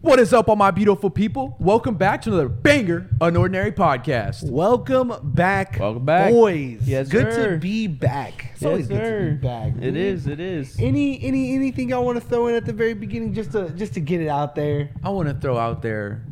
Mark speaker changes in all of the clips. Speaker 1: What is up, all my beautiful people? Welcome back to another banger, an ordinary podcast.
Speaker 2: Welcome back,
Speaker 3: Welcome back.
Speaker 2: boys.
Speaker 3: Yes,
Speaker 2: good
Speaker 3: sir.
Speaker 2: to be back. It's always good to be back.
Speaker 3: It is. It is.
Speaker 2: Any any anything y'all want to throw in at the very beginning just to just to get it out there?
Speaker 1: I want to throw out there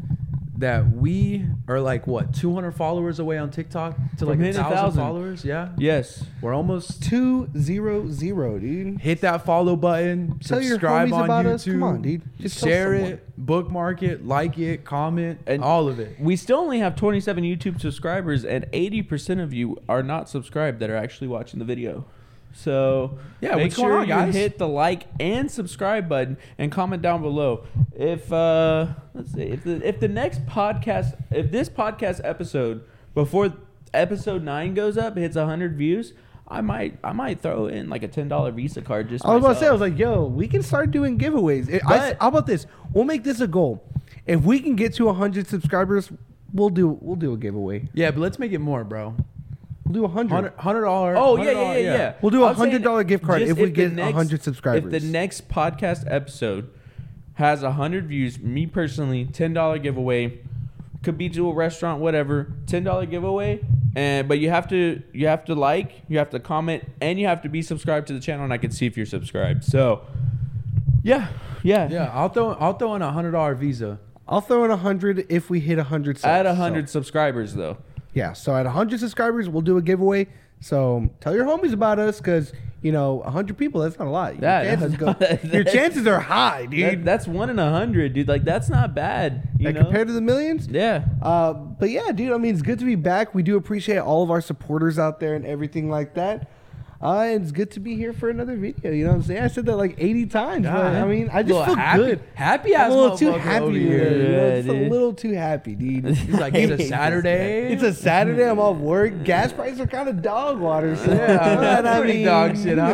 Speaker 1: that we are like what 200 followers away on TikTok to like a
Speaker 3: hitting a
Speaker 1: thousand
Speaker 3: thousand.
Speaker 1: followers. Yeah,
Speaker 3: Yes.
Speaker 1: we're almost.
Speaker 2: Two zero zero, dude.
Speaker 1: Hit that follow button.
Speaker 2: Tell your
Speaker 1: subscribe
Speaker 2: homies
Speaker 1: on
Speaker 2: about
Speaker 1: YouTube.
Speaker 2: us. Come on, dude. Just tell
Speaker 1: share it, bookmark it, like it, comment,
Speaker 3: And-
Speaker 1: all of it.
Speaker 3: We still only have 27 YouTube subscribers, and 80% of you are not subscribed that are actually watching the video. So
Speaker 1: Yeah,
Speaker 3: make
Speaker 1: what's going
Speaker 3: sure
Speaker 1: on,
Speaker 3: you
Speaker 1: guys?
Speaker 3: hit the like and subscribe button, and comment down below if uh, let's see if the if the next podcast if this podcast episode before episode nine goes up hits 100 views, I might I might throw in like a ten dollar Visa card just.
Speaker 2: I was about to say, I
Speaker 3: myself.
Speaker 2: was like, yo, we can start doing giveaways. It- I s-
Speaker 3: But-
Speaker 2: how about this? We'll make this a goal. If we can get to hundred subscribers, we'll do we'll do a giveaway.
Speaker 1: Yeah, but let's make it more, bro.
Speaker 2: We'll do hundred.
Speaker 1: Hundred dollar.
Speaker 3: Oh yeah, yeah, yeah, yeah.
Speaker 2: We'll do a
Speaker 3: I'm saying
Speaker 2: $100 gift card
Speaker 3: just
Speaker 2: if we
Speaker 3: the
Speaker 2: get 100 subscribers.
Speaker 3: If the next podcast episode has hundred views, me personally, ten dollar giveaway. Could be to a restaurant, whatever. Ten dollar giveaway, and but you have to you have to like, you have to comment, and you have to be subscribed to the channel, and I can see if you're subscribed. So, yeah, yeah,
Speaker 1: Yeah, I'll throw I'll throw in a hundred dollar Visa.
Speaker 2: I'll throw in hundred if we hit hundred.
Speaker 3: At hundred subscribers though,
Speaker 2: Yeah, so at 100 subscribers, we'll do a giveaway. So tell your homies about us because, you know, 100 people, that's not a lot. Your,
Speaker 3: That-
Speaker 2: chances, go,
Speaker 3: that-
Speaker 2: your chances are high,
Speaker 3: that,
Speaker 2: dude.
Speaker 3: that's one in a hundred, dude. Like that's not bad, you
Speaker 2: Like,
Speaker 3: know.
Speaker 2: compared to the millions.
Speaker 3: yeah,
Speaker 2: Uh, but yeah, dude, I mean, it's good to be back. We do appreciate all of our supporters out there and everything like that. Uh, and it's good to be here for another video. You know what I'm saying? I said that like 80 times. but,
Speaker 1: God.
Speaker 2: I mean, I just
Speaker 1: Little
Speaker 2: feel
Speaker 1: happy-
Speaker 2: good.
Speaker 1: happy
Speaker 2: I'm
Speaker 1: ass
Speaker 2: a little too
Speaker 1: motherfucker
Speaker 2: happy
Speaker 1: over
Speaker 2: with
Speaker 1: here.
Speaker 2: it, you know?
Speaker 3: Yeah,
Speaker 2: Just
Speaker 3: dude.
Speaker 2: a little too happy, dude.
Speaker 1: He's like, it's a Saturday.
Speaker 2: It's a Saturday. I'm off work. Gas prices are kind of dog water. So
Speaker 1: yeah,
Speaker 2: but
Speaker 1: that's pretty dog shit, huh?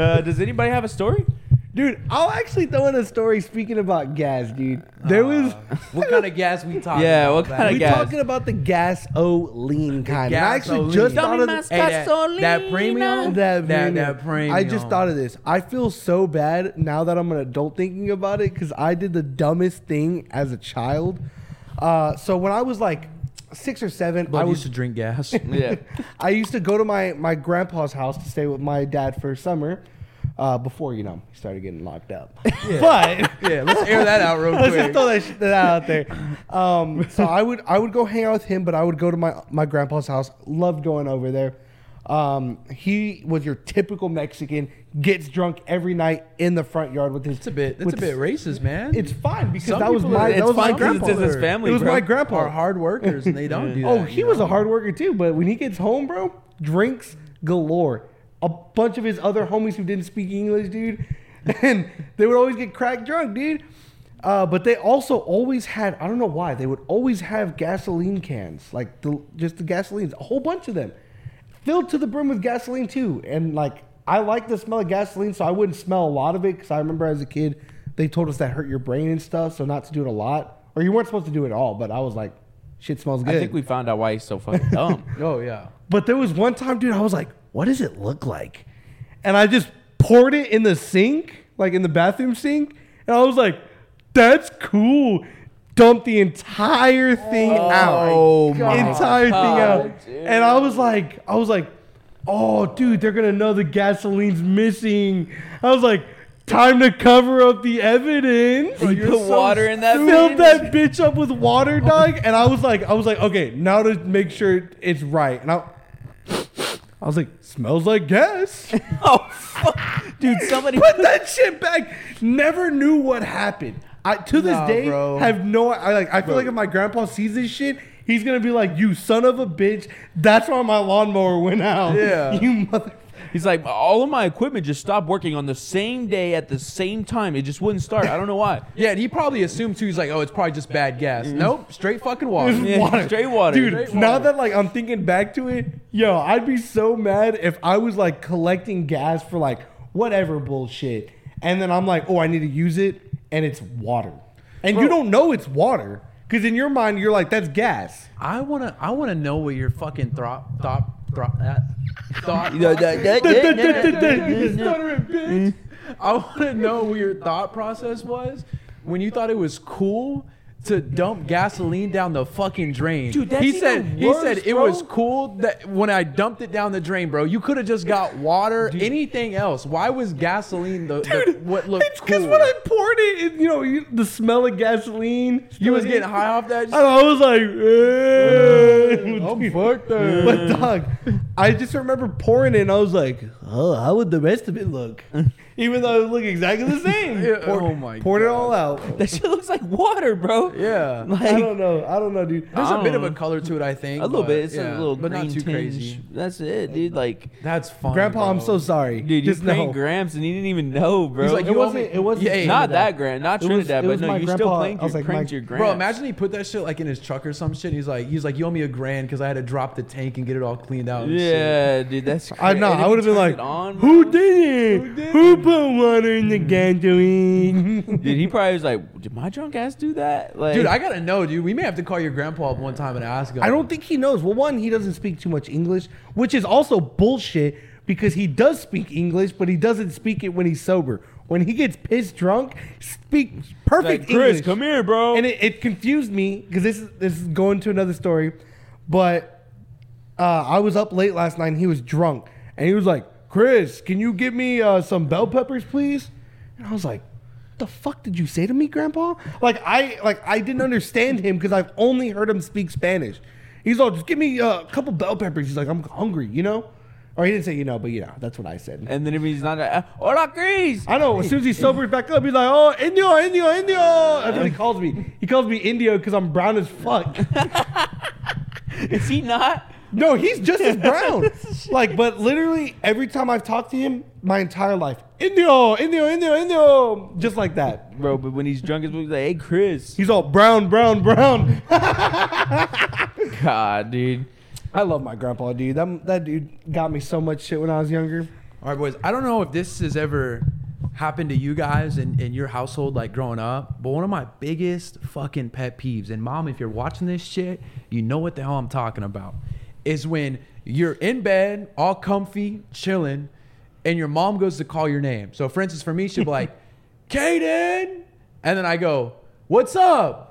Speaker 3: uh, does anybody have a story?
Speaker 2: Dude, I'll actually throw in a story speaking about gas, dude. There was.
Speaker 1: Uh, what kind of gas we talking?
Speaker 3: Yeah,
Speaker 1: about,
Speaker 3: what
Speaker 1: man?
Speaker 3: kind of
Speaker 2: we
Speaker 3: gas.
Speaker 2: talking about the gas o lean kind. And I actually
Speaker 1: gasoline.
Speaker 2: just
Speaker 1: Tell
Speaker 2: thought
Speaker 3: me
Speaker 2: of
Speaker 3: my
Speaker 2: this.
Speaker 1: Hey, that, that
Speaker 3: Gasolina.
Speaker 1: premium,
Speaker 2: That,
Speaker 1: that,
Speaker 2: premium.
Speaker 1: that premium.
Speaker 2: I just thought of this. I feel so bad now that I'm an adult thinking about it because I did the dumbest thing as a child. Uh, so when I was like six or seven,
Speaker 1: But
Speaker 2: I
Speaker 1: I
Speaker 2: was
Speaker 1: used to drink gas.
Speaker 3: Yeah.
Speaker 2: I used to go to my my grandpa's house to stay with my dad for summer. Uh, before you know, he started getting locked up. But
Speaker 1: yeah, let's air that out real
Speaker 2: let's just
Speaker 1: quick.
Speaker 2: throw that shit out there. Um, so I would I would go hang out with him, but I would go to my my grandpa's house. Loved going over there. Um, he was your typical Mexican. Gets drunk every night in the front yard with his.
Speaker 1: It's a bit, it's a bit racist, man.
Speaker 2: It's fine because
Speaker 1: Some
Speaker 2: that was
Speaker 1: people
Speaker 2: my
Speaker 1: are-
Speaker 2: that
Speaker 3: it's
Speaker 2: was my
Speaker 3: fine 'cause it's
Speaker 2: grandpa.
Speaker 3: his family,
Speaker 2: it was
Speaker 3: bro.
Speaker 2: my grandpa.
Speaker 1: Are hard workers and they don't do that.
Speaker 2: Oh, he
Speaker 1: you
Speaker 2: was
Speaker 1: know?
Speaker 2: a hard worker too, but when he gets home, bro, drinks galore. A bunch of his other homies who didn't speak English, dude, and they would always get crack drunk, dude. Uh, but they also always had, I don't know why, they would always have gasoline cans, like the, just the gasolines, a whole bunch of them, filled to the brim with gasoline too. And like, I like the smell of gasoline, so I wouldn't smell a lot of it because I remember as a kid, they told us that hurt your brain and stuff, so not to do it a lot. Or you weren't supposed to do it at all, but I was like, shit smells good.
Speaker 3: I think we found out why he's so fucking dumb.
Speaker 1: Oh yeah.
Speaker 2: But there was one time, dude, I was like, what does it look like? And I just poured it in the sink, like in the bathroom sink. And I was like, that's cool. Dumped the entire thing out.
Speaker 1: Oh my God.
Speaker 2: entire thing
Speaker 3: Oh,
Speaker 2: out.
Speaker 3: dude.
Speaker 2: And I was like, I was like, oh, dude, they're gonna know the gasoline's missing. I was like, time to cover up the evidence.
Speaker 3: Bro, you
Speaker 2: You're
Speaker 3: put water in that Oh.
Speaker 2: Filled
Speaker 3: bitch?
Speaker 2: that bitch up with water, dog. And I was like, I was like, okay, now to make sure it's right. And I, I was like, smells like gas.
Speaker 3: oh fuck, dude! Somebody
Speaker 2: Put that shit back. Never knew what happened. I to this
Speaker 1: Nah,
Speaker 2: day
Speaker 1: bro.
Speaker 2: have no. I like. I feel like if my grandpa sees this shit, he's gonna be like, "You son of a bitch! That's why my lawnmower went out.
Speaker 1: Yeah.
Speaker 2: you mother."
Speaker 3: He's like, all of my equipment just stopped working on the same day at the same time. It just wouldn't start. I don't know why.
Speaker 1: Yeah, and he probably assumed too. He's like, oh, it's probably just bad gas. Nope, straight fucking water.
Speaker 2: It was
Speaker 3: Yeah,
Speaker 2: Mm-hmm. water.
Speaker 3: straight water.
Speaker 2: dude.
Speaker 3: Straight
Speaker 2: now
Speaker 1: water.
Speaker 2: that like I'm thinking back to it, yo, I'd be so mad if I was like collecting gas for like whatever bullshit, and then I'm like, oh, I need to use it, and it's water, and you don't know it's water because in your mind you're like, that's gas.
Speaker 1: I wanna, I wanna know what your fucking thought, thought, thought, that thought.
Speaker 3: You know, that- that- that-
Speaker 2: Stuttering bitch.
Speaker 1: I want to know what your thought process was when you thought it was cool to dump gasoline down the fucking drain.
Speaker 3: Dude, that's
Speaker 1: he
Speaker 3: even
Speaker 1: said he
Speaker 3: worse,
Speaker 1: said it
Speaker 3: bro.
Speaker 1: was cool that when I dumped it down the drain, bro. You could have just got water, anything else. Why was gasoline the, the- what looked
Speaker 2: It's because
Speaker 1: cool?
Speaker 2: when I poured it, it you know, you, the smell of gasoline.
Speaker 1: you was
Speaker 2: smelling-
Speaker 1: getting high off that.
Speaker 2: And I was like, eh.
Speaker 1: I'm fucked up.
Speaker 2: But dog, I just remember pouring it and I was like, oh, how would the rest of it look? Even though it looked exactly the same.
Speaker 1: Yeah,
Speaker 2: Poured-
Speaker 1: oh my
Speaker 2: Poured it
Speaker 1: God.
Speaker 2: all out.
Speaker 3: That shit looks like water, bro.
Speaker 1: Yeah.
Speaker 3: Like,
Speaker 2: I don't know. I don't know, dude.
Speaker 1: There's a
Speaker 3: I
Speaker 1: bit
Speaker 3: don't
Speaker 1: of a
Speaker 3: know.
Speaker 1: color to it, I think.
Speaker 3: Um, a little
Speaker 1: but,
Speaker 3: bit. It's
Speaker 1: yeah,
Speaker 3: a little
Speaker 1: but
Speaker 3: green
Speaker 1: not too
Speaker 3: tinge.
Speaker 1: crazy.
Speaker 3: That's it, dude. Like,
Speaker 1: That's fine.
Speaker 2: Grandpa, I'm
Speaker 1: bro.
Speaker 2: so sorry.
Speaker 3: dude, you
Speaker 2: just
Speaker 3: played
Speaker 2: know.
Speaker 3: grams and you didn't even know, bro.
Speaker 1: He's like,
Speaker 2: It
Speaker 1: you want
Speaker 2: wasn't-
Speaker 1: me-
Speaker 2: it wasn't
Speaker 1: Yeah, yeah,
Speaker 2: Trinidad.
Speaker 1: yeah.
Speaker 3: not that grand, not
Speaker 2: It was-
Speaker 3: Trinidad,
Speaker 2: it was
Speaker 3: but no,
Speaker 2: my
Speaker 3: you
Speaker 2: grandpa.
Speaker 3: still played
Speaker 2: I was
Speaker 3: your,
Speaker 2: like,
Speaker 3: pranked
Speaker 2: my-
Speaker 3: your grand.
Speaker 1: Bro, imagine he put that shit like in his truck or some shit. He's like, he's like, you owe me a grand because I had to drop the tank and get it all cleaned out. and shit."
Speaker 3: Yeah, dude, that's.
Speaker 2: I know.
Speaker 3: cra- and
Speaker 2: I
Speaker 3: if
Speaker 2: would have
Speaker 3: you
Speaker 2: been
Speaker 3: turned
Speaker 2: like,
Speaker 3: it on,
Speaker 2: who
Speaker 3: bro,
Speaker 2: did it? Who, put water in the gasoline?
Speaker 3: Dude, he probably was like, did my drunk ass do that? Like,
Speaker 1: Dude, I gotta know, dude. We may have to call your grandpa up one time and ask him.
Speaker 2: I don't think he knows. Well, one, he doesn't speak too much English, which is also bullshit because he does speak English, but he doesn't speak it when he's sober. When he gets pissed drunk, speak perfect
Speaker 3: like,
Speaker 2: English.
Speaker 3: Chris, come here, bro.
Speaker 2: and it, it confused me because this is this is going to another story, but uh, I was up late last night and he was drunk and he was like, "Chris, can you get me uh, some bell peppers, please?" And I was like, "The fuck did you say to me, Grandpa?" Like I like I didn't understand him because I've only heard him speak Spanish. He's all, "Just give me uh, a couple bell peppers." He's like, "I'm hungry," you know, or he didn't say you know, but you know that's what I said.
Speaker 3: And then if he's not, uh, hola, Chris.
Speaker 2: I know. As soon as he sobers back up, he's like, "Oh, Indio, Indio, Indio." That's what he calls me. He calls me Indio because I'm brown as fuck.
Speaker 3: Is he not?
Speaker 2: No, he's just as brown. like, but literally every time I've talked to him, my entire life, Indio, Indio, Indio, Indio, just like that.
Speaker 3: Bro, but when he's drunk, he's like, hey, Chris.
Speaker 2: He's all brown, brown, brown.
Speaker 3: God, dude.
Speaker 2: I love my grandpa, dude. That, that dude got me so much shit when I was younger.
Speaker 1: All right, boys. I don't know if this has ever happened to you guys in, in your household, like growing up, but one of my biggest fucking pet peeves, and mom, if you're watching this shit, you know what the hell I'm talking about, is when you're in bed, all comfy, chilling, and your mom goes to call your name. So, for instance, for me, she'll be like, Kaden. And then I go, What's up?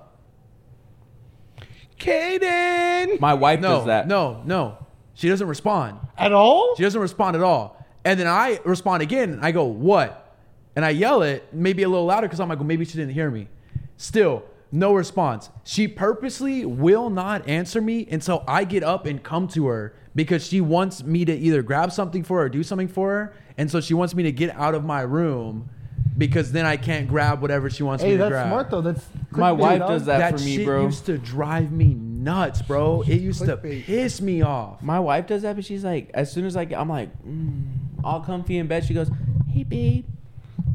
Speaker 1: Kaden.
Speaker 3: My wife
Speaker 1: no,
Speaker 3: does that.
Speaker 1: No, no. She doesn't respond.
Speaker 2: At all?
Speaker 1: She doesn't respond at all. And then I respond again. And I go, what? And I yell it, maybe a little louder because I'm like, well, maybe she didn't hear me. Still, no response. She purposely will not answer me until I get up and come to her because she wants me to either grab something for her or do something for her. And so she wants me to get out of my room because then I can't grab whatever she wants me
Speaker 2: Hey,
Speaker 1: to
Speaker 2: that's
Speaker 1: grab.
Speaker 2: smart though. That's
Speaker 3: My
Speaker 2: clickbait,
Speaker 3: wife
Speaker 2: dog.
Speaker 3: does that,
Speaker 1: That
Speaker 3: for me,
Speaker 1: shit
Speaker 3: bro.
Speaker 1: used to drive me nuts, bro. It used to
Speaker 2: Clickbait.
Speaker 1: piss me off.
Speaker 3: My wife does that, but she's like, as soon as I get, I'm like, mm, all comfy in bed, she goes, hey, babe,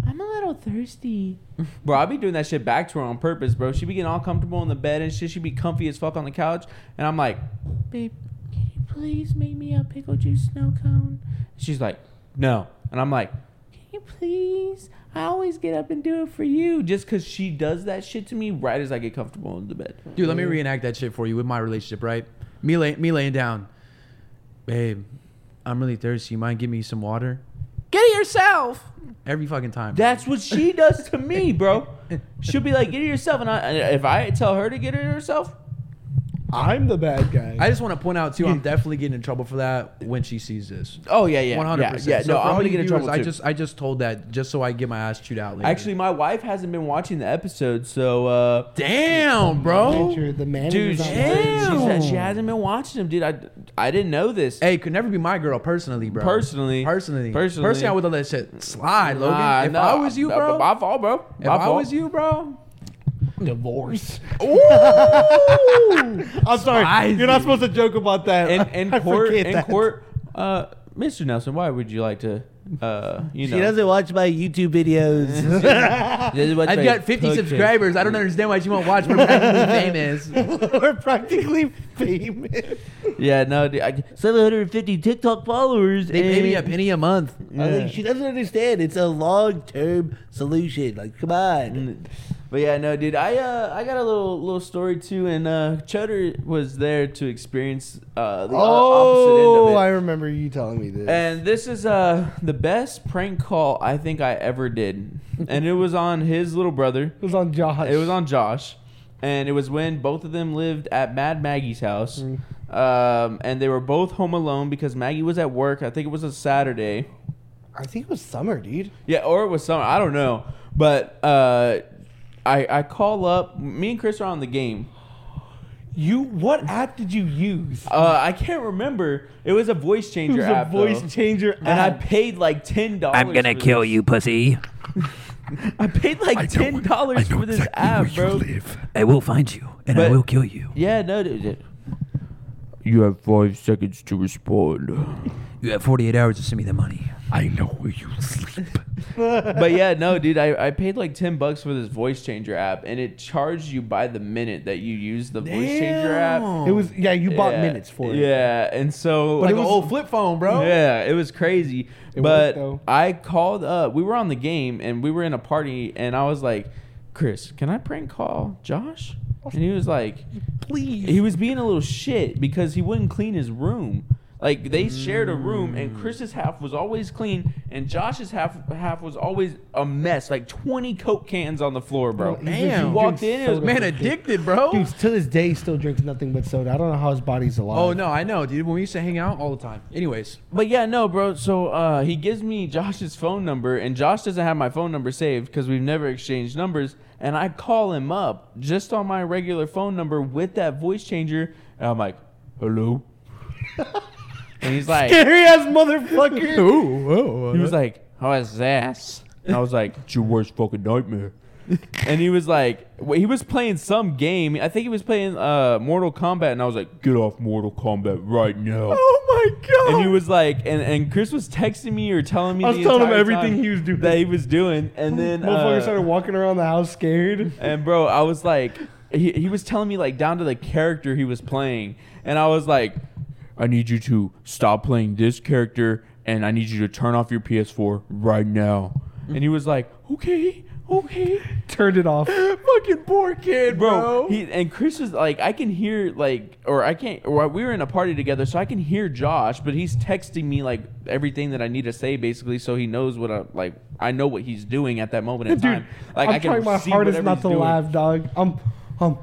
Speaker 3: I'm a little thirsty. bro, I be doing that shit back to her on purpose, bro. She be getting all comfortable in the bed and shit. She be comfy as fuck on the couch. And I'm like, babe, can you please make me a pickle juice snow cone? She's like, no. And I'm like, can you please? I always get up and do it for you. Just because she does that shit to me right as I get comfortable in the bed.
Speaker 1: Dude, let me reenact that shit for you with my relationship, right? Me, lay, me laying down. Babe, I'm really thirsty. You mind give me some water?
Speaker 3: Get it yourself.
Speaker 1: Every fucking time.
Speaker 3: That's what she does to me, bro. She'll be like, "Get it yourself," and, I, and if I tell her to get it herself,
Speaker 2: I'm the bad guy.
Speaker 1: I just want to point out too, I'm definitely getting in trouble for that when she sees this.
Speaker 3: oh yeah, yeah,
Speaker 1: One hundred percent.
Speaker 3: yeah, yeah. No, I'm gonna get in trouble
Speaker 1: I
Speaker 3: too.
Speaker 1: just I just told that just so I get my ass chewed out later.
Speaker 3: Actually, my wife hasn't been watching the episode, so uh,
Speaker 1: damn, bro.
Speaker 2: Manager, the manager.
Speaker 3: dude, she,
Speaker 1: damn.
Speaker 3: she said she hasn't been watching them, dude. I, I didn't know this.
Speaker 1: Hey, could never be my girl personally, bro.
Speaker 3: Personally.
Speaker 1: personally,
Speaker 3: Personally.
Speaker 1: personally, I would have let shit slide, Logan.
Speaker 3: Nah,
Speaker 1: if
Speaker 3: no,
Speaker 1: I was you,
Speaker 3: uh,
Speaker 1: bro.
Speaker 3: My fault, bro.
Speaker 1: if
Speaker 3: My
Speaker 1: I
Speaker 3: fault.
Speaker 1: was you, bro.
Speaker 2: divorce.
Speaker 1: Ooh.
Speaker 2: I'm sorry. You're not supposed to joke about that.
Speaker 3: in, in
Speaker 2: I
Speaker 3: court,
Speaker 2: forget
Speaker 3: in
Speaker 2: that.
Speaker 3: court, uh, Mr. Nelson, why would you like to, uh, you know?
Speaker 2: She doesn't watch my YouTube videos.
Speaker 3: This is what
Speaker 1: I've
Speaker 3: they
Speaker 1: got 50
Speaker 3: took it.
Speaker 1: subscribers. I don't understand why she won't watch. We're practically famous.
Speaker 2: We're practically famous.
Speaker 3: Yeah, no, dude, I, 750 TikTok followers.
Speaker 1: They pay me a
Speaker 3: and-
Speaker 1: penny a month.
Speaker 2: I think she doesn't understand. It's a long term solution. Like, come on.
Speaker 3: Mm. But yeah, no, dude, I uh, I got a little little story too, and uh, Cheddar was there to experience uh, the o- opposite
Speaker 2: Oh,
Speaker 3: end of it.
Speaker 2: I remember you telling me this.
Speaker 3: And this is uh the best prank call I think I ever did, and it was on his little brother.
Speaker 2: it was on Josh.
Speaker 3: It was on Josh, and it was when both of them lived at Mad Maggie's house,
Speaker 2: Mm.
Speaker 3: um, and they were both home alone because Maggie was at work. I think it was a Saturday.
Speaker 2: I think it was summer, dude.
Speaker 3: Yeah, or it was summer. I don't know. But uh, I I call up. Me and Chris are on the game.
Speaker 2: You what app did you use?
Speaker 3: Uh, I can't remember. It was a voice
Speaker 2: It
Speaker 3: changer
Speaker 2: was a
Speaker 3: app.
Speaker 2: voice
Speaker 3: though.
Speaker 2: changer, app.
Speaker 3: and I paid like ten dollars.
Speaker 4: I'm gonna kill you, pussy.
Speaker 3: I paid like ten dollars for this app, bro.
Speaker 4: I will find you and I
Speaker 3: But-
Speaker 4: will kill you.
Speaker 3: Yeah, no, dude. dude. You have five seconds to respond.
Speaker 4: You have 48 hours to send me the money.
Speaker 1: I know where you sleep.
Speaker 3: but yeah, no, dude, I, I paid like ten bucks for this voice changer app, and it charged you by the minute that you use the voice changer app.
Speaker 2: it was yeah. You bought
Speaker 3: Yeah,
Speaker 2: minutes for it.
Speaker 3: Yeah, and so
Speaker 1: like
Speaker 2: it
Speaker 1: an
Speaker 2: was-
Speaker 1: old flip phone, bro.
Speaker 3: Yeah, it was crazy.
Speaker 2: It worked,
Speaker 3: but
Speaker 2: though.
Speaker 3: I called up. We were on the game and we were in a party, and I was like, "Chris, can I prank call Josh?" And he was like,
Speaker 2: please.
Speaker 3: he was being a little shit because he wouldn't clean his room. Like they shared a room,
Speaker 2: Mm.
Speaker 3: and Chris's half was always clean, and Josh's half half was always a mess. Like twenty coke cans on the floor, bro.
Speaker 2: He just-
Speaker 1: Damn.
Speaker 2: he
Speaker 3: You walked
Speaker 2: drinks
Speaker 3: in, it was
Speaker 2: soda
Speaker 1: Man
Speaker 2: for-
Speaker 1: addicted, bro.
Speaker 2: Dude, to this day, he still drinks nothing but soda. I don't know how his body's alive.
Speaker 1: Oh no, I know, dude. When we used to hang out all the time. Anyways,
Speaker 3: But yeah, no, bro. So uh, he gives me Josh's phone number, and Josh doesn't have my phone number saved because we've never exchanged numbers. And I call him up just on my regular phone number with that voice changer, and I'm like, "Hello," and he's like,
Speaker 2: Scary ass motherfucker.
Speaker 3: he was like, "How is this?" And I was like, "It's your worst fucking nightmare." and he was like, well, he was playing some game. I think he was playing uh, Mortal Kombat, and I was like, "Get off Mortal Kombat right now!"
Speaker 2: Oh my god.
Speaker 3: And he was like, and, and Chris was texting me or telling me.
Speaker 2: I was
Speaker 3: the
Speaker 2: telling him
Speaker 3: entire
Speaker 2: everything
Speaker 3: time
Speaker 2: he was doing.
Speaker 3: That he was doing, and then
Speaker 2: Motherfucker
Speaker 3: uh,
Speaker 2: started walking around the house scared.
Speaker 3: and bro, I was like, he, he was telling me like down to the character he was playing, and I was like, I need you to stop playing this character, and I need you to turn off your PS4 right now. And he was like, okay, okay.
Speaker 2: Turned it off.
Speaker 3: Fucking poor kid,
Speaker 1: bro.
Speaker 3: He and Chris is like, I can hear like, or I can't. Or we were in a party together, so I can hear Josh, but he's texting me like everything that I need to say, basically, so he knows what I like. I know what he's doing at that moment in
Speaker 2: Dude,
Speaker 3: time. Like
Speaker 2: I'm
Speaker 3: I can
Speaker 2: trying my
Speaker 3: see
Speaker 2: hardest
Speaker 3: whatever
Speaker 2: not
Speaker 3: he's
Speaker 2: to
Speaker 3: doing.
Speaker 2: laugh, dog. I'm, um,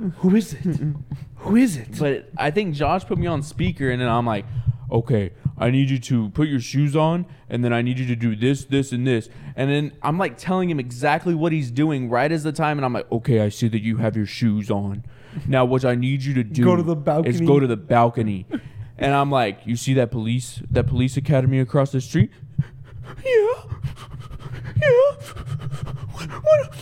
Speaker 2: I'm. Who is it? Who is it?
Speaker 3: But I think Josh put me on speaker, and then I'm like, okay, I need you to put your shoes on, and then I need you to do this, this, and this. And then I'm like telling him exactly what he's doing right as the time, and I'm like, okay, I see that you have your shoes on. Now, what I need you to do
Speaker 2: Go to the
Speaker 3: is
Speaker 2: balcony.
Speaker 3: go to the balcony. and I'm like, you see that police, that police academy across the street? Yeah. Yeah. What, what,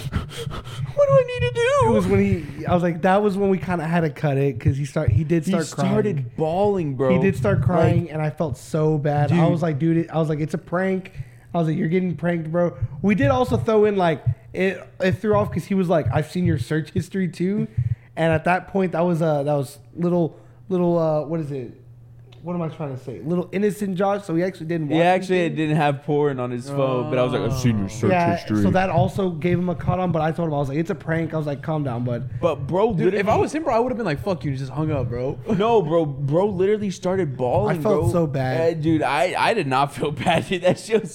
Speaker 3: what do I need to do?
Speaker 2: It was when he. I was like, that was when we kind of had to cut it because he start. He did
Speaker 3: he
Speaker 2: start crying.
Speaker 3: started bawling, bro.
Speaker 2: He did start
Speaker 3: Like,
Speaker 2: crying, and I felt so bad. I
Speaker 3: Dude.
Speaker 2: was like, dude, it, I was like, it's a prank. I was like, you're getting pranked, bro. We did also throw in like it. It threw off because he was like, I've seen your search history too, and at that point, that was uh that was little little uh what is it? What am I trying to say? Little innocent Josh. So he actually didn't. Watch
Speaker 3: Yeah, actually, it
Speaker 2: anything.
Speaker 3: didn't have porn on his phone, but I was like, I've seen your search
Speaker 2: Yeah,
Speaker 3: history.
Speaker 2: so that also gave him a cut on, but I told him I was like, "It's a prank." I was like, "Calm down, bud."
Speaker 3: but bro,
Speaker 1: dude, if I
Speaker 3: literally-
Speaker 1: was him, bro, I would have been like, "Fuck you," and just hung up, bro.
Speaker 3: no, bro, bro, literally started bawling.
Speaker 2: I felt
Speaker 3: bro.
Speaker 2: so bad.
Speaker 3: Uh, dude. I, I did not feel bad, dude. That shit was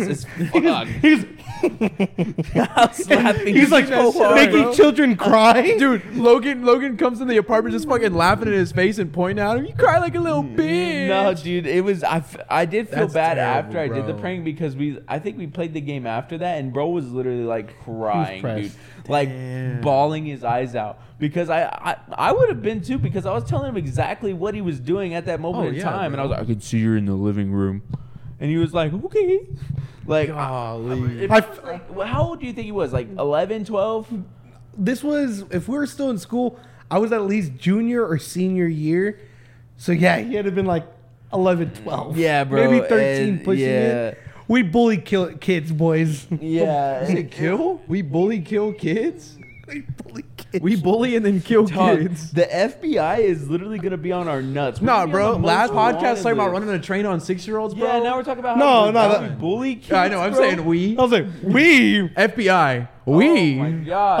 Speaker 3: as fuck.
Speaker 2: He's,
Speaker 3: I was laughing.
Speaker 2: he's like
Speaker 3: so hard,
Speaker 2: making
Speaker 3: bro.
Speaker 2: children cry,
Speaker 1: Dude, Logan Logan comes in the apartment just fucking laughing in his face and pointing at him. You cry like a little bitch.
Speaker 3: No, dude, it was I. f- I did feel
Speaker 1: That's
Speaker 3: bad
Speaker 1: terrible,
Speaker 3: after I did the
Speaker 1: bro.
Speaker 3: prank because we. I think we played the game after that, and bro was literally like crying, dude,
Speaker 2: pressed.
Speaker 3: like bawling his eyes out because I. I, I would have been too because I was telling him exactly what he was doing at that moment
Speaker 1: Oh,
Speaker 3: in
Speaker 1: yeah,
Speaker 3: time, and
Speaker 1: bro.
Speaker 3: I was like, I could see you're in the living room, and he was like, okay, like.
Speaker 1: Golly.
Speaker 3: if-
Speaker 2: I f-
Speaker 3: like, well, how old do you think he was? Like 11, 12?
Speaker 2: this was if we were still in school, I was at least junior or senior year. So yeah, he had to have been like 11, 12.
Speaker 3: Yeah, bro,
Speaker 2: Maybe 13
Speaker 3: and-
Speaker 2: pushing
Speaker 3: yeah.
Speaker 2: it. We bully kill kids, boys.
Speaker 3: Yeah.
Speaker 1: Is it kill? We bully kill kids?
Speaker 2: we bully kids.
Speaker 1: we bully and then kill
Speaker 3: Dog,
Speaker 1: kids.
Speaker 3: the FBI is literally gonna be on our nuts. We're
Speaker 1: No,
Speaker 3: gonna be on
Speaker 1: bro.
Speaker 3: the most
Speaker 1: Last
Speaker 3: wanted
Speaker 1: podcast talking about
Speaker 3: list.
Speaker 1: running a train on six year olds, bro.
Speaker 3: Yeah, now we're talking about
Speaker 2: No,
Speaker 3: how we-
Speaker 2: no,
Speaker 3: how
Speaker 2: that-
Speaker 3: we bully kids.
Speaker 1: I know. I'm
Speaker 3: bro.
Speaker 1: saying we.
Speaker 2: I was like, we.
Speaker 1: FBI.
Speaker 3: Oh my
Speaker 1: We.
Speaker 3: God,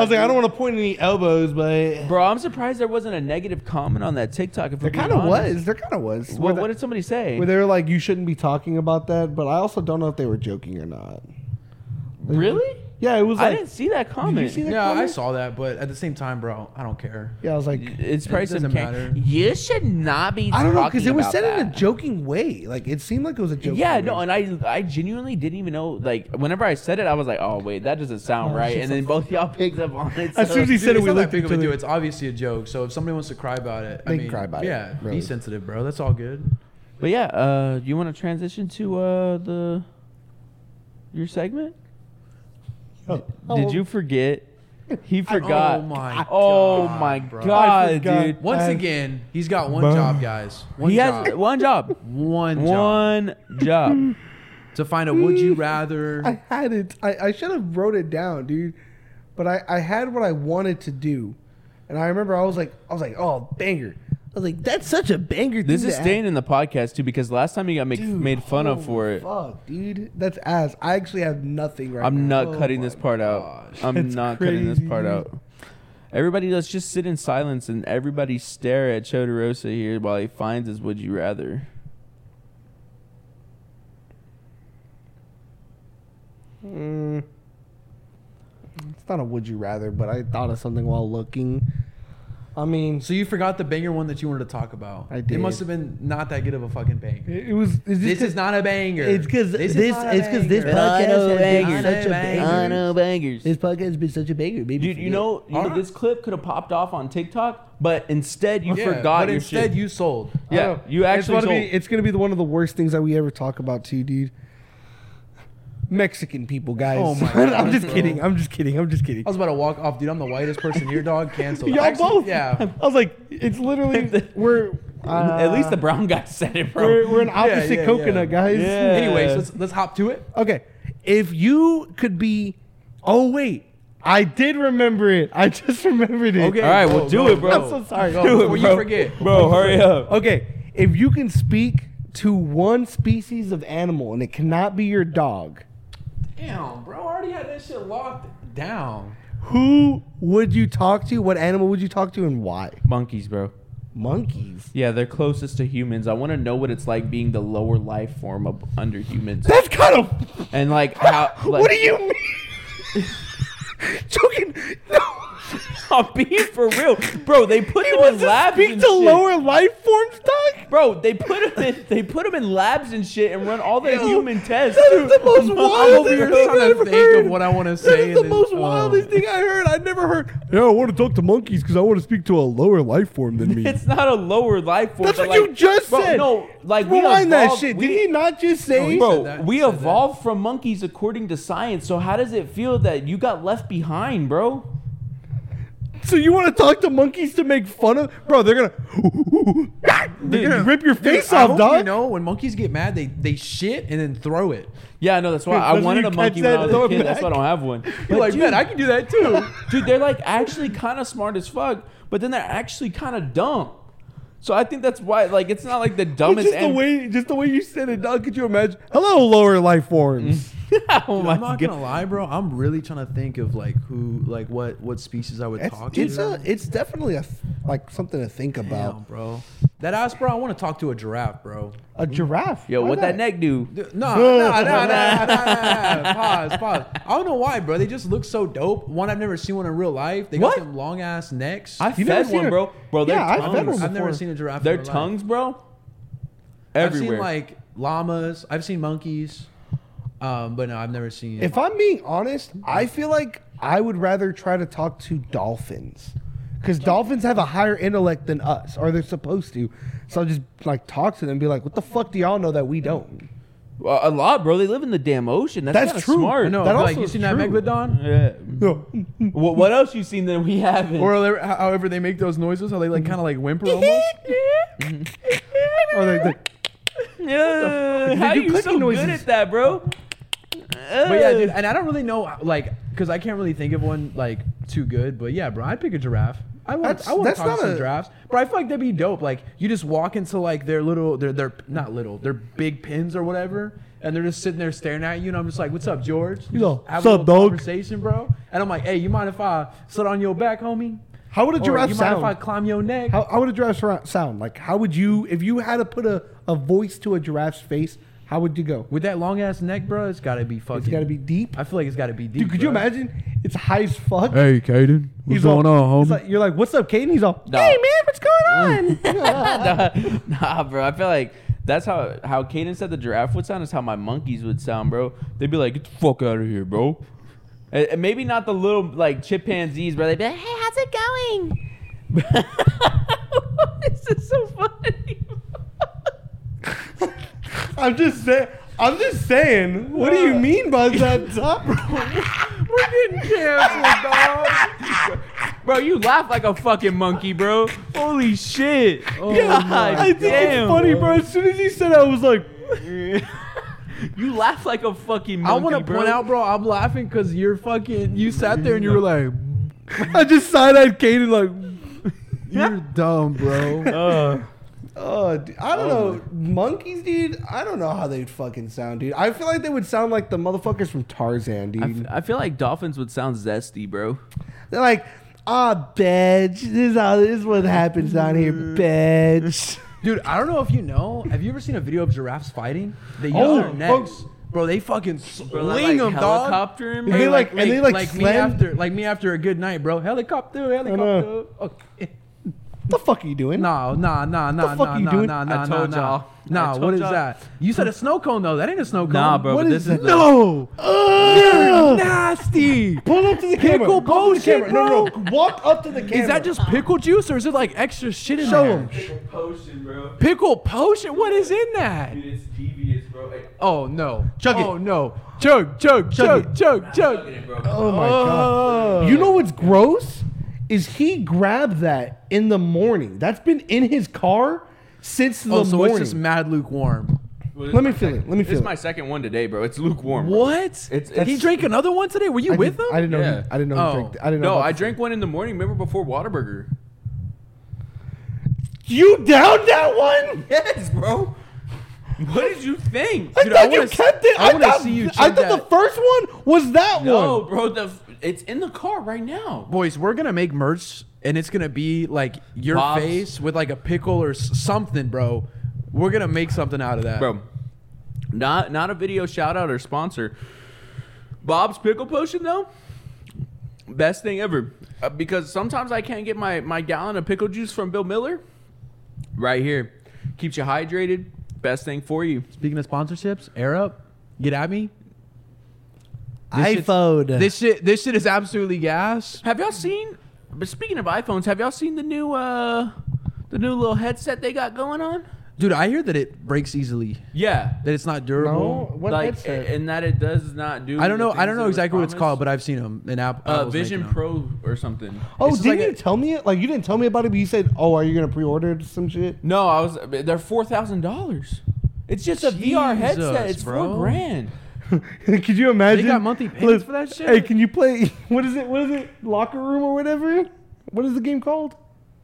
Speaker 2: I was like, I
Speaker 3: dude.
Speaker 2: don't want to point any elbows, but
Speaker 3: Bro, I'm surprised there wasn't a negative comment on that TikTok. If
Speaker 2: there kind of was. There kind of was.
Speaker 3: What,
Speaker 2: Where
Speaker 3: what
Speaker 2: the-
Speaker 3: did somebody say?
Speaker 2: where they were like, you shouldn't be talking about that, but I also don't know if they were joking or not.
Speaker 3: Really?
Speaker 2: Yeah, it was
Speaker 3: I
Speaker 2: like,
Speaker 3: didn't see that comment.
Speaker 2: see that?
Speaker 1: yeah, I saw that, but at the same time, bro, I don't care.
Speaker 2: yeah, I was like,
Speaker 3: It's probably
Speaker 1: doesn't
Speaker 3: some can-
Speaker 1: matter.
Speaker 3: You should not be.
Speaker 2: I don't know, because
Speaker 3: talking
Speaker 2: it was
Speaker 3: about
Speaker 2: said
Speaker 3: that.
Speaker 2: in a joking way. Like, it seemed like it was a joke.
Speaker 3: Yeah, no, and I I genuinely didn't even know. Like, whenever I said it, I was like, oh wait, that doesn't sound right. And then both y'all picked up on it.
Speaker 2: As soon as he
Speaker 3: so-
Speaker 2: said it,
Speaker 1: it's
Speaker 2: we
Speaker 1: not that
Speaker 2: looked
Speaker 1: big of
Speaker 2: at
Speaker 1: a deal.
Speaker 2: it.
Speaker 1: It's obviously a joke. So if somebody wants to cry about it, I
Speaker 2: They can
Speaker 1: mean,
Speaker 2: cry about it,
Speaker 1: yeah,
Speaker 2: really.
Speaker 1: be sensitive, bro. That's all good.
Speaker 3: But yeah, uh, you want to transition to uh the your segment?
Speaker 2: Oh,
Speaker 3: Did you forget? He forgot.
Speaker 1: Oh my.
Speaker 3: Oh
Speaker 1: God,
Speaker 3: my
Speaker 1: bro.
Speaker 2: I
Speaker 3: god,
Speaker 2: forgot.
Speaker 3: dude!
Speaker 1: Once
Speaker 2: I-
Speaker 1: again, he's got one
Speaker 2: Boom.
Speaker 1: job, guys. One
Speaker 3: he
Speaker 1: job.
Speaker 3: has one job.
Speaker 1: one job
Speaker 3: one job.
Speaker 1: to find a would you rather.
Speaker 2: I had it. I, I should have wrote it down, dude. But I, I had what I wanted to do, and I remember I was like, I was like, oh, banger. I was like, that's such a banger.
Speaker 3: This
Speaker 2: thing
Speaker 3: is
Speaker 2: to
Speaker 3: staying
Speaker 2: add."
Speaker 3: in the podcast too because last time he got make,
Speaker 2: Dude,
Speaker 3: made fun of
Speaker 2: holy
Speaker 3: for it.
Speaker 2: Fuck, dude, that's ass. I actually have nothing right
Speaker 3: I'm
Speaker 2: now.
Speaker 3: not
Speaker 2: Oh
Speaker 3: cutting
Speaker 2: my
Speaker 3: this part out. I'm
Speaker 2: That's
Speaker 3: not cutting this
Speaker 2: crazy,
Speaker 3: part
Speaker 2: dude.
Speaker 3: out. Everybody, let's just sit in silence and everybody stare at Chodorosa here while he finds his would you rather.
Speaker 2: Mm. It's not a would you rather, but I thought of something while looking. I mean,
Speaker 1: So you forgot the banger one that you wanted to talk about.
Speaker 2: I
Speaker 1: It
Speaker 2: did.
Speaker 1: must have been not that good of a fucking banger.
Speaker 2: it it was. It's just
Speaker 1: This is not a banger.
Speaker 2: It's 'cause this-
Speaker 1: not a
Speaker 2: it's 'cause this
Speaker 1: banger.
Speaker 2: podcast
Speaker 1: Not a
Speaker 2: has been such a
Speaker 1: banger.
Speaker 3: bangers.
Speaker 2: this podcast has been such a banger, baby.
Speaker 3: Dude, you know, you know
Speaker 1: Alright.
Speaker 3: this clip could have popped off on TikTok, but instead you
Speaker 1: Yeah,
Speaker 3: forgot
Speaker 1: But
Speaker 3: your
Speaker 1: instead,
Speaker 3: shit.
Speaker 1: you sold.
Speaker 3: yeah, you
Speaker 2: it's
Speaker 3: actually
Speaker 2: gonna,
Speaker 3: told.
Speaker 2: be, it's gonna be the, one of the worst things that we ever talk about, too, dude. Mexican people, guys.
Speaker 1: Oh my
Speaker 2: I'm
Speaker 1: God,
Speaker 2: just
Speaker 1: bro.
Speaker 2: kidding. I'm just kidding. I'm just kidding.
Speaker 1: I was about to walk off, dude. I'm the whitest person here, dog. Cancel.
Speaker 2: Y'all
Speaker 1: Actually,
Speaker 2: both.
Speaker 1: Yeah.
Speaker 2: I was like, it's literally we're
Speaker 3: At least the
Speaker 2: uh,
Speaker 3: brown guy said it, bro.
Speaker 2: we're, we're an opposite
Speaker 1: yeah, yeah.
Speaker 2: coconut, guys.
Speaker 3: Yeah.
Speaker 1: Anyways, let's let's hop to it.
Speaker 2: Okay. If you could be Oh wait. I did remember it. I just remembered it.
Speaker 1: Okay.
Speaker 3: All right,
Speaker 1: go,
Speaker 3: well, do
Speaker 1: go,
Speaker 3: it, bro.
Speaker 1: go.
Speaker 2: I'm so sorry.
Speaker 1: Go,
Speaker 2: Do it,
Speaker 1: before you
Speaker 2: bro.
Speaker 1: forget.
Speaker 3: bro, hurry up.
Speaker 2: Okay. If you can speak to one species of animal and it cannot be your dog,
Speaker 1: Damn, bro. I already had that shit locked down.
Speaker 2: who would you talk to? What animal would you talk to and why?
Speaker 3: Monkeys, bro.
Speaker 2: Monkeys.
Speaker 3: Yeah, they're closest to humans. I want to know what it's like being the lower life form of under humans,
Speaker 2: That's kind of
Speaker 3: and like how. Like,
Speaker 2: What do you mean? Joking. No.
Speaker 3: I'm being for real, bro. They put
Speaker 2: He
Speaker 3: them
Speaker 2: wants
Speaker 3: in
Speaker 2: to
Speaker 3: labs
Speaker 2: speak
Speaker 3: and
Speaker 2: to
Speaker 3: shit.
Speaker 2: lower life forms, dog?
Speaker 3: Bro, they put them in. They put 'em in labs and shit and run all the
Speaker 2: Yo,
Speaker 3: human tests.
Speaker 2: That is the most
Speaker 1: I'm
Speaker 2: wildest
Speaker 1: over here
Speaker 2: thing
Speaker 1: trying
Speaker 2: I've
Speaker 1: to
Speaker 2: heard.
Speaker 1: think of what I want to say.
Speaker 2: that is the
Speaker 1: and then-
Speaker 2: most
Speaker 1: oh.
Speaker 3: uh,
Speaker 2: wildest thing I heard. I've never heard. Yeah, I want to talk to monkeys because I want to speak to a lower life form than me.
Speaker 3: It's not a lower life form.
Speaker 2: That's
Speaker 3: but,
Speaker 2: what you
Speaker 3: like-
Speaker 2: just
Speaker 3: bro,
Speaker 2: said.
Speaker 3: No, like we
Speaker 2: Rewind that
Speaker 3: evolved-
Speaker 2: shit.
Speaker 3: we-
Speaker 2: Did he not just say?
Speaker 1: he said
Speaker 3: Bro,
Speaker 1: that.
Speaker 3: we
Speaker 1: He said that.
Speaker 3: evolved from monkeys according to science. So how does it feel that you got left behind, bro?
Speaker 2: so you want to talk to monkeys to make fun of? Bro, they're gonna. they're gonna rip your face
Speaker 1: Dude, I
Speaker 2: off,
Speaker 1: hope
Speaker 2: dog.
Speaker 1: You know, when monkeys get mad, they they shit and then throw it.
Speaker 3: Yeah, no, that's why I
Speaker 2: Doesn't
Speaker 3: wanted
Speaker 2: you
Speaker 3: a monkey
Speaker 2: catch
Speaker 3: when
Speaker 2: that
Speaker 3: I was a
Speaker 2: going
Speaker 3: kid. That's why I
Speaker 2: back?
Speaker 3: don't have one.
Speaker 1: You're like, man, I can do that too.
Speaker 3: dude, they're like actually kind of smart as fuck, but then they're actually kind of dumb. So I think that's why, like, it's not like the
Speaker 2: Well,
Speaker 3: dumbest.
Speaker 2: just the
Speaker 3: an-
Speaker 2: way, just the way you said it, dog. Could you imagine? Hello, lower life forms.
Speaker 3: oh my
Speaker 1: I'm not
Speaker 3: god!
Speaker 1: gonna lie, bro. I'm really trying to think of like who, like what, what species I would talk to.
Speaker 2: it's definitely a, like something to think
Speaker 1: Damn, bro. That ass, bro. I want to talk to a giraffe, bro.
Speaker 2: A giraffe.
Speaker 3: Yo,
Speaker 2: Why
Speaker 3: what
Speaker 2: not?
Speaker 3: that neck do?
Speaker 1: No, no, no, no, no, no, no. Pause, pause. I don't know why, bro. They just look so dope. One, I've never seen one in real life. They got
Speaker 3: What?
Speaker 1: them long ass necks.
Speaker 3: I
Speaker 2: You never
Speaker 3: fed
Speaker 2: seen
Speaker 3: one,
Speaker 2: a-
Speaker 3: bro. Bro, their
Speaker 2: Yeah, I fed
Speaker 3: tongues.
Speaker 2: one.
Speaker 1: I've never
Speaker 2: before.
Speaker 1: seen a giraffe. in
Speaker 3: Their
Speaker 1: real life.
Speaker 3: tongues, bro.
Speaker 1: I've
Speaker 3: Everywhere.
Speaker 1: seen like llamas. I've seen monkeys. Um, but no, I've never seen.
Speaker 2: If I'm being honest, I feel like I would rather try to talk to dolphins. Because dolphins have a higher intellect than us, or they're supposed to. So I'll just like talk to them and be like, what the fuck do y'all know that we don't?
Speaker 3: Uh, a lot, bro. They live in the damn ocean. That's,
Speaker 2: That's
Speaker 3: kinda
Speaker 2: true.
Speaker 1: I
Speaker 3: Smart.
Speaker 1: know,
Speaker 2: that
Speaker 1: but, like
Speaker 2: also
Speaker 1: you
Speaker 2: is
Speaker 1: seen that
Speaker 2: true.
Speaker 1: megalodon?
Speaker 3: Yeah. what, what else you seen that we haven't?
Speaker 1: Or they're- ho- however they make those noises, how they like kind of like whimper almost.
Speaker 2: Or they, they,
Speaker 3: yeah. How
Speaker 2: do
Speaker 3: you
Speaker 2: clicking
Speaker 3: so good
Speaker 2: noises.
Speaker 3: at that, bro?
Speaker 1: But yeah, dude, and I don't really know like because I can't really think of one like too good. But yeah, bro, I'd pick a giraffe. I want.
Speaker 2: That's-
Speaker 1: I want to
Speaker 2: that's
Speaker 1: talk
Speaker 2: not
Speaker 1: to some
Speaker 2: a-
Speaker 1: giraffes, but I feel like that'd be dope. Like you just walk into like their little, their their not little, their big pins or whatever, and they're just sitting there staring at you. And I'm just like, "What's up, George?" You
Speaker 2: He's all,
Speaker 1: just have
Speaker 2: "Sup,
Speaker 1: little
Speaker 2: dog?"
Speaker 1: Conversation, bro. And I'm like, "Hey, you mind if I sit on your back, homie?
Speaker 2: How would a
Speaker 1: Or
Speaker 2: giraffe
Speaker 1: you
Speaker 2: sound?
Speaker 1: mind if I climb your neck?"
Speaker 2: How, how would a giraffe sou- sound? Like, how would you, if you had to put a, a voice to a giraffe's face, how would you go?
Speaker 1: With that long ass neck, bro, it's gotta be fucking.
Speaker 2: It's got to be deep.
Speaker 1: I feel like it's gotta be deep.
Speaker 2: Dude, could you
Speaker 1: bro.
Speaker 2: imagine? It's high as fuck.
Speaker 1: Hey, Caden, what's
Speaker 2: He's
Speaker 1: going
Speaker 2: all-
Speaker 1: on, homie?
Speaker 2: it's like- you're like, what's up, Caden? He's all,
Speaker 3: No.
Speaker 2: hey, man, what's going on?
Speaker 3: nah, nah, bro. I feel like that's how how Caden said the giraffe would sound is how my monkeys would sound, bro. They'd be like, "Get the fuck out of here, bro." And, and maybe not the little like chimpanzees, bro. They'd be like, "Hey, how's it going?" this is so funny.
Speaker 2: I'm just saying. I'm just saying. What do you mean by that, top?
Speaker 3: We're getting canceled, dog. Bro, you laugh like a fucking monkey, bro. Holy shit. Oh,
Speaker 2: I think it's funny, bro. As soon as he said, it, I was like,
Speaker 3: You laugh like a fucking
Speaker 1: I
Speaker 3: monkey,
Speaker 1: want to
Speaker 3: bro.
Speaker 1: point out, bro, I'm laughing because you're fucking. You sat there and you were like,
Speaker 2: I just side eyed Caden like,
Speaker 1: "You're dumb, bro."
Speaker 3: Uh,
Speaker 2: oh, dude, I don't know, monkeys, dude. I don't know how they'd fucking sound, dude. I feel like they would sound like the motherfuckers from Tarzan, dude.
Speaker 3: I, f- I feel like dolphins would sound zesty, bro.
Speaker 2: They're like, ah, bitch. This is how this is what happens down here, bitch.
Speaker 1: Dude, I don't know if you know. Have you ever seen a video of giraffes fighting? They use
Speaker 2: Oh,
Speaker 1: their necks, bro. They fucking sling
Speaker 3: Bro, like,
Speaker 1: them, dog.
Speaker 3: helicopter him,
Speaker 2: They
Speaker 3: bro.
Speaker 1: Hey,
Speaker 2: like- and they, like,
Speaker 1: me
Speaker 2: slam-
Speaker 1: after like me after a good night, bro. Helicopter, helicopter. Okay.
Speaker 2: What the fuck are you doing?
Speaker 1: Nah, nah, nah, nah,
Speaker 2: fuck
Speaker 1: nah,
Speaker 2: you
Speaker 1: nah,
Speaker 2: doing?
Speaker 1: nah,
Speaker 3: I
Speaker 1: nah, nah,
Speaker 3: told
Speaker 1: nah.
Speaker 3: y'all. I
Speaker 1: Nah,
Speaker 3: told
Speaker 1: what is
Speaker 3: y'all.
Speaker 1: that? You said a snow cone though. That ain't a snow cone.
Speaker 3: Nah, bro,
Speaker 1: What
Speaker 3: but
Speaker 1: is
Speaker 3: this
Speaker 1: that?
Speaker 3: is the-
Speaker 1: no
Speaker 2: Ugh.
Speaker 1: nasty.
Speaker 2: Pull up to the camera.
Speaker 1: Pickle
Speaker 2: Go up to the
Speaker 1: bullshit,
Speaker 2: camera. No, no, no. Walk up to the camera.
Speaker 1: Is that just pickle juice or is it like extra shit in
Speaker 2: Show
Speaker 1: there?
Speaker 2: 'em.
Speaker 3: potion, bro.
Speaker 1: Pickle potion? What is in that?
Speaker 3: Dude, it's devious, bro. Like,
Speaker 1: Oh no.
Speaker 2: Chug it.
Speaker 1: oh no. Chug, chug, chug, chug,
Speaker 3: look at
Speaker 1: chug. Oh.
Speaker 3: it, bro.
Speaker 2: Oh my god. You know what's gross? Is he grabbed that in the morning? That's been in his car since the
Speaker 1: Oh, so
Speaker 2: morning.
Speaker 1: it's just mad lukewarm.
Speaker 3: Well,
Speaker 2: Let me
Speaker 3: it's my
Speaker 2: feel
Speaker 3: second-
Speaker 2: it. Let me
Speaker 3: this
Speaker 2: feel
Speaker 3: is
Speaker 2: it.
Speaker 3: my second one today, bro. It's lukewarm. bro.
Speaker 1: What?
Speaker 3: It's-
Speaker 1: he
Speaker 3: it's-
Speaker 1: drank another one today? Were you
Speaker 2: I
Speaker 1: with
Speaker 2: did,
Speaker 1: him?
Speaker 2: I didn't know.
Speaker 3: Yeah.
Speaker 2: He, I didn't know.
Speaker 1: Oh.
Speaker 2: He drank, I didn't know.
Speaker 3: No,
Speaker 2: about
Speaker 3: I
Speaker 2: this.
Speaker 3: drank one in the morning. Remember before Whataburger?
Speaker 2: You downed that one?
Speaker 3: Yes, bro. What did you think?
Speaker 2: I
Speaker 1: Dude, I
Speaker 2: thought you
Speaker 1: wanna s-
Speaker 2: kept it.
Speaker 1: I
Speaker 2: I,
Speaker 1: wanna
Speaker 2: thought,
Speaker 1: see you
Speaker 2: I
Speaker 1: chug
Speaker 2: thought the
Speaker 1: that.
Speaker 2: first one was that
Speaker 3: No,
Speaker 2: one.
Speaker 3: bro. The f- it's in the car right now.
Speaker 1: Boys, we're gonna make merch and it's gonna be like your
Speaker 3: Bob's.
Speaker 1: face with like a pickle or s- something, bro. We're gonna make something out of that.
Speaker 3: Bro, not not a video shout out or sponsor. Bob's pickle potion though, best thing ever. Uh, because sometimes I can't get my my gallon of pickle juice from Bill Miller. Right here, keeps you hydrated. Best thing for you.
Speaker 1: Speaking of sponsorships, air up, get at me. shit's-
Speaker 2: iPhone.
Speaker 1: This shit this shit is absolutely gas.
Speaker 3: Have y'all seen? But speaking of iPhones, have y'all seen the new uh the new little headset they got going on?
Speaker 1: Dude, I hear that it breaks easily.
Speaker 3: Yeah.
Speaker 1: That it's not
Speaker 2: no,
Speaker 1: durable.
Speaker 2: what
Speaker 3: like
Speaker 2: headset?
Speaker 3: and that it does not do.
Speaker 1: I don't know.
Speaker 3: the
Speaker 1: I don't
Speaker 3: things
Speaker 1: know
Speaker 3: that
Speaker 1: exactly
Speaker 3: were
Speaker 1: what it's called,
Speaker 3: promised.
Speaker 1: but I've seen them in Apple.
Speaker 3: uh, Vision Pro or something.
Speaker 2: oh,
Speaker 1: this is
Speaker 2: didn't
Speaker 1: like
Speaker 2: you
Speaker 1: a-
Speaker 2: tell me it? Like you didn't tell me about it, but you said, "Oh, are you gonna pre-order some shit?"
Speaker 3: No, I was. They're four thousand dollars. It's just a VR headset.
Speaker 1: Jesus,
Speaker 3: It's
Speaker 1: bro.
Speaker 3: four grand.
Speaker 2: Could you imagine?
Speaker 1: monthly payments for that shit?
Speaker 2: Hey, can you play? What is it? What is it? Locker room or whatever? What is the game called?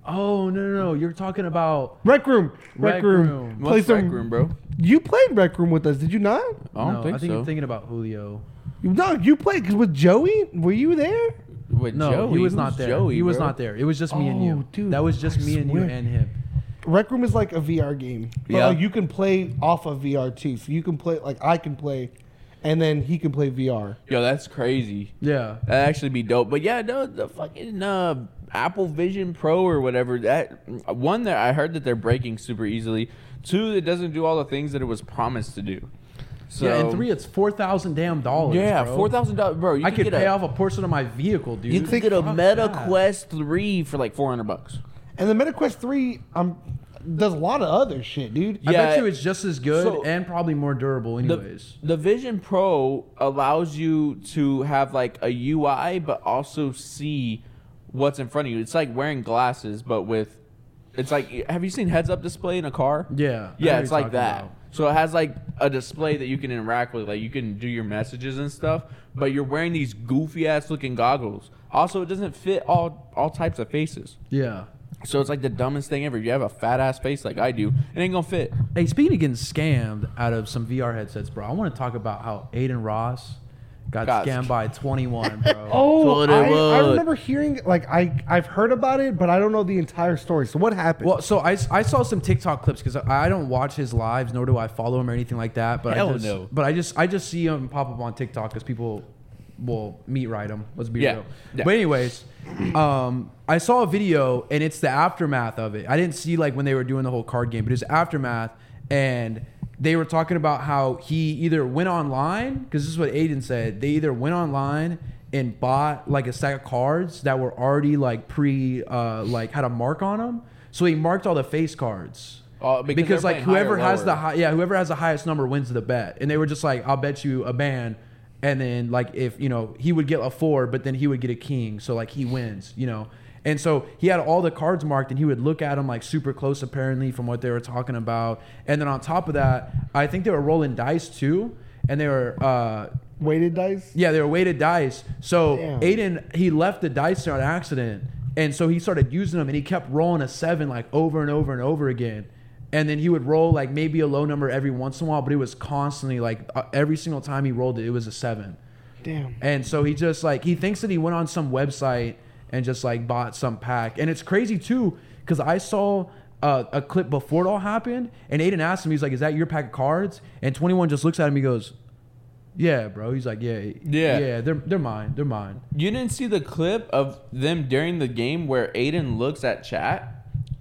Speaker 1: Oh no, no, no! You're talking about
Speaker 2: Rec room. Rec,
Speaker 1: Rec
Speaker 2: room.
Speaker 1: Room.
Speaker 2: Play
Speaker 3: What's
Speaker 2: some.
Speaker 3: Rec Room, bro?
Speaker 2: You played rec room with us, did you not?
Speaker 3: I don't
Speaker 1: no,
Speaker 3: think,
Speaker 1: I think
Speaker 3: so.
Speaker 1: you're thinking about Julio.
Speaker 2: No, you played because with Joey, were you there?
Speaker 3: Wait,
Speaker 1: No,
Speaker 3: Joey,
Speaker 1: he was
Speaker 3: who's
Speaker 1: not there.
Speaker 3: Joey,
Speaker 1: he was
Speaker 3: bro?
Speaker 1: not there. It was just me and
Speaker 2: Oh,
Speaker 1: you.
Speaker 2: dude,
Speaker 1: that was just
Speaker 2: I
Speaker 1: me and you
Speaker 2: swear.
Speaker 1: and him.
Speaker 2: Rec room is like a VR game. But
Speaker 3: Yeah.
Speaker 2: like you can play off of VR too. So you can play like I can play, and then he can play VR.
Speaker 3: Yo, that's crazy.
Speaker 1: Yeah.
Speaker 3: That'd actually be dope. But yeah, no, the fucking uh, Apple Vision Pro or whatever. That one that I heard that they're breaking super easily. Two, it doesn't do all the things that it was promised to do. So
Speaker 1: yeah, and three, it's four thousand damn dollars.
Speaker 3: yeah,
Speaker 1: bro.
Speaker 3: four thousand dollars, bro. You
Speaker 1: I
Speaker 3: could
Speaker 1: could
Speaker 3: get
Speaker 1: pay
Speaker 3: a,
Speaker 1: off a portion of my vehicle, dude.
Speaker 3: You could get a
Speaker 1: Fuck
Speaker 3: Meta
Speaker 1: that.
Speaker 3: Quest three for like four hundred bucks.
Speaker 2: And the MetaQuest three, um, does a lot of other shit, dude.
Speaker 1: I
Speaker 3: Yeah.
Speaker 1: bet you it's just as good
Speaker 3: So-
Speaker 1: and probably more durable,
Speaker 3: The,
Speaker 1: anyways.
Speaker 3: the Vision Pro allows you to have like a UI, but also see what's in front of you. It's like wearing glasses, but with it's like have you seen heads up display in a car?
Speaker 1: yeah. I know
Speaker 3: yeah,
Speaker 1: what
Speaker 3: it's
Speaker 1: you're
Speaker 3: like
Speaker 1: talking
Speaker 3: that.
Speaker 1: about.
Speaker 3: So it has like a display that you can interact with, like you can do your messages and stuff. But you're wearing these goofy ass looking goggles. Also, it doesn't fit all all types of faces.
Speaker 1: Yeah.
Speaker 3: So it's like the dumbest thing ever. You have a fat ass face like I do, it ain't gonna fit.
Speaker 1: Hey, speaking of getting scammed out of some VR headsets, bro, I want to talk about how Aiden Ross got
Speaker 3: Got
Speaker 1: scammed by 21, bro.
Speaker 2: Oh,
Speaker 3: Told it
Speaker 2: I, I
Speaker 3: would.
Speaker 2: remember hearing like I I've heard about it, but I don't know the entire story. So what happened?
Speaker 1: Well, so I, I saw some TikTok clips because I, I don't watch his lives, nor do I follow him or anything like that. But I
Speaker 3: Hell
Speaker 1: just,
Speaker 3: no.
Speaker 1: But I just I just see him pop up on TikTok because people will meet ride him. Let's be
Speaker 3: Yeah.
Speaker 1: real.
Speaker 3: Yeah.
Speaker 1: But anyways, um, I saw a video and it's the aftermath of it. I didn't see like when they were doing the whole card game, but it's aftermath and. They were talking about how he either went online because this is what Aiden said. They either went online and bought like a stack of cards that were already like pre uh, like had a mark on them. So he marked all the face cards.
Speaker 3: Oh, because
Speaker 1: because
Speaker 3: they're
Speaker 1: like
Speaker 3: playing higher,
Speaker 1: whoever has the
Speaker 3: lower.
Speaker 1: high, yeah, whoever has the highest number wins the bet. And they were just like, I'll bet you a band. And then like if you know he would get a four, but then he would get a king, so like he wins, you know. And so he had all the cards marked, and he would look at them like super close, apparently from what they were talking about. And then on top of that, I think they were rolling dice too, and they were uh,
Speaker 2: Weighted dice.
Speaker 1: yeah, they were weighted dice. So
Speaker 2: Damn.
Speaker 1: Aiden, he left the dice there on accident. And so he started using them and he kept rolling a seven like over and over and over again. And then he would roll like maybe a low number every once in a while, but it was constantly like uh, every single time he rolled it, it was a seven.
Speaker 2: Damn.
Speaker 1: And so he just like he thinks that he went on some website and just like bought some pack. And it's crazy too because I saw uh, a clip before it all happened, and Aiden asked him, he's like, "Is that your pack of cards?" And Twenty One just looks at him, he goes, "Yeah, bro." He's like, "Yeah,
Speaker 3: Yeah.
Speaker 1: yeah, they're they're mine, they're mine."
Speaker 3: You didn't see the clip of them during the game where Aiden looks at chat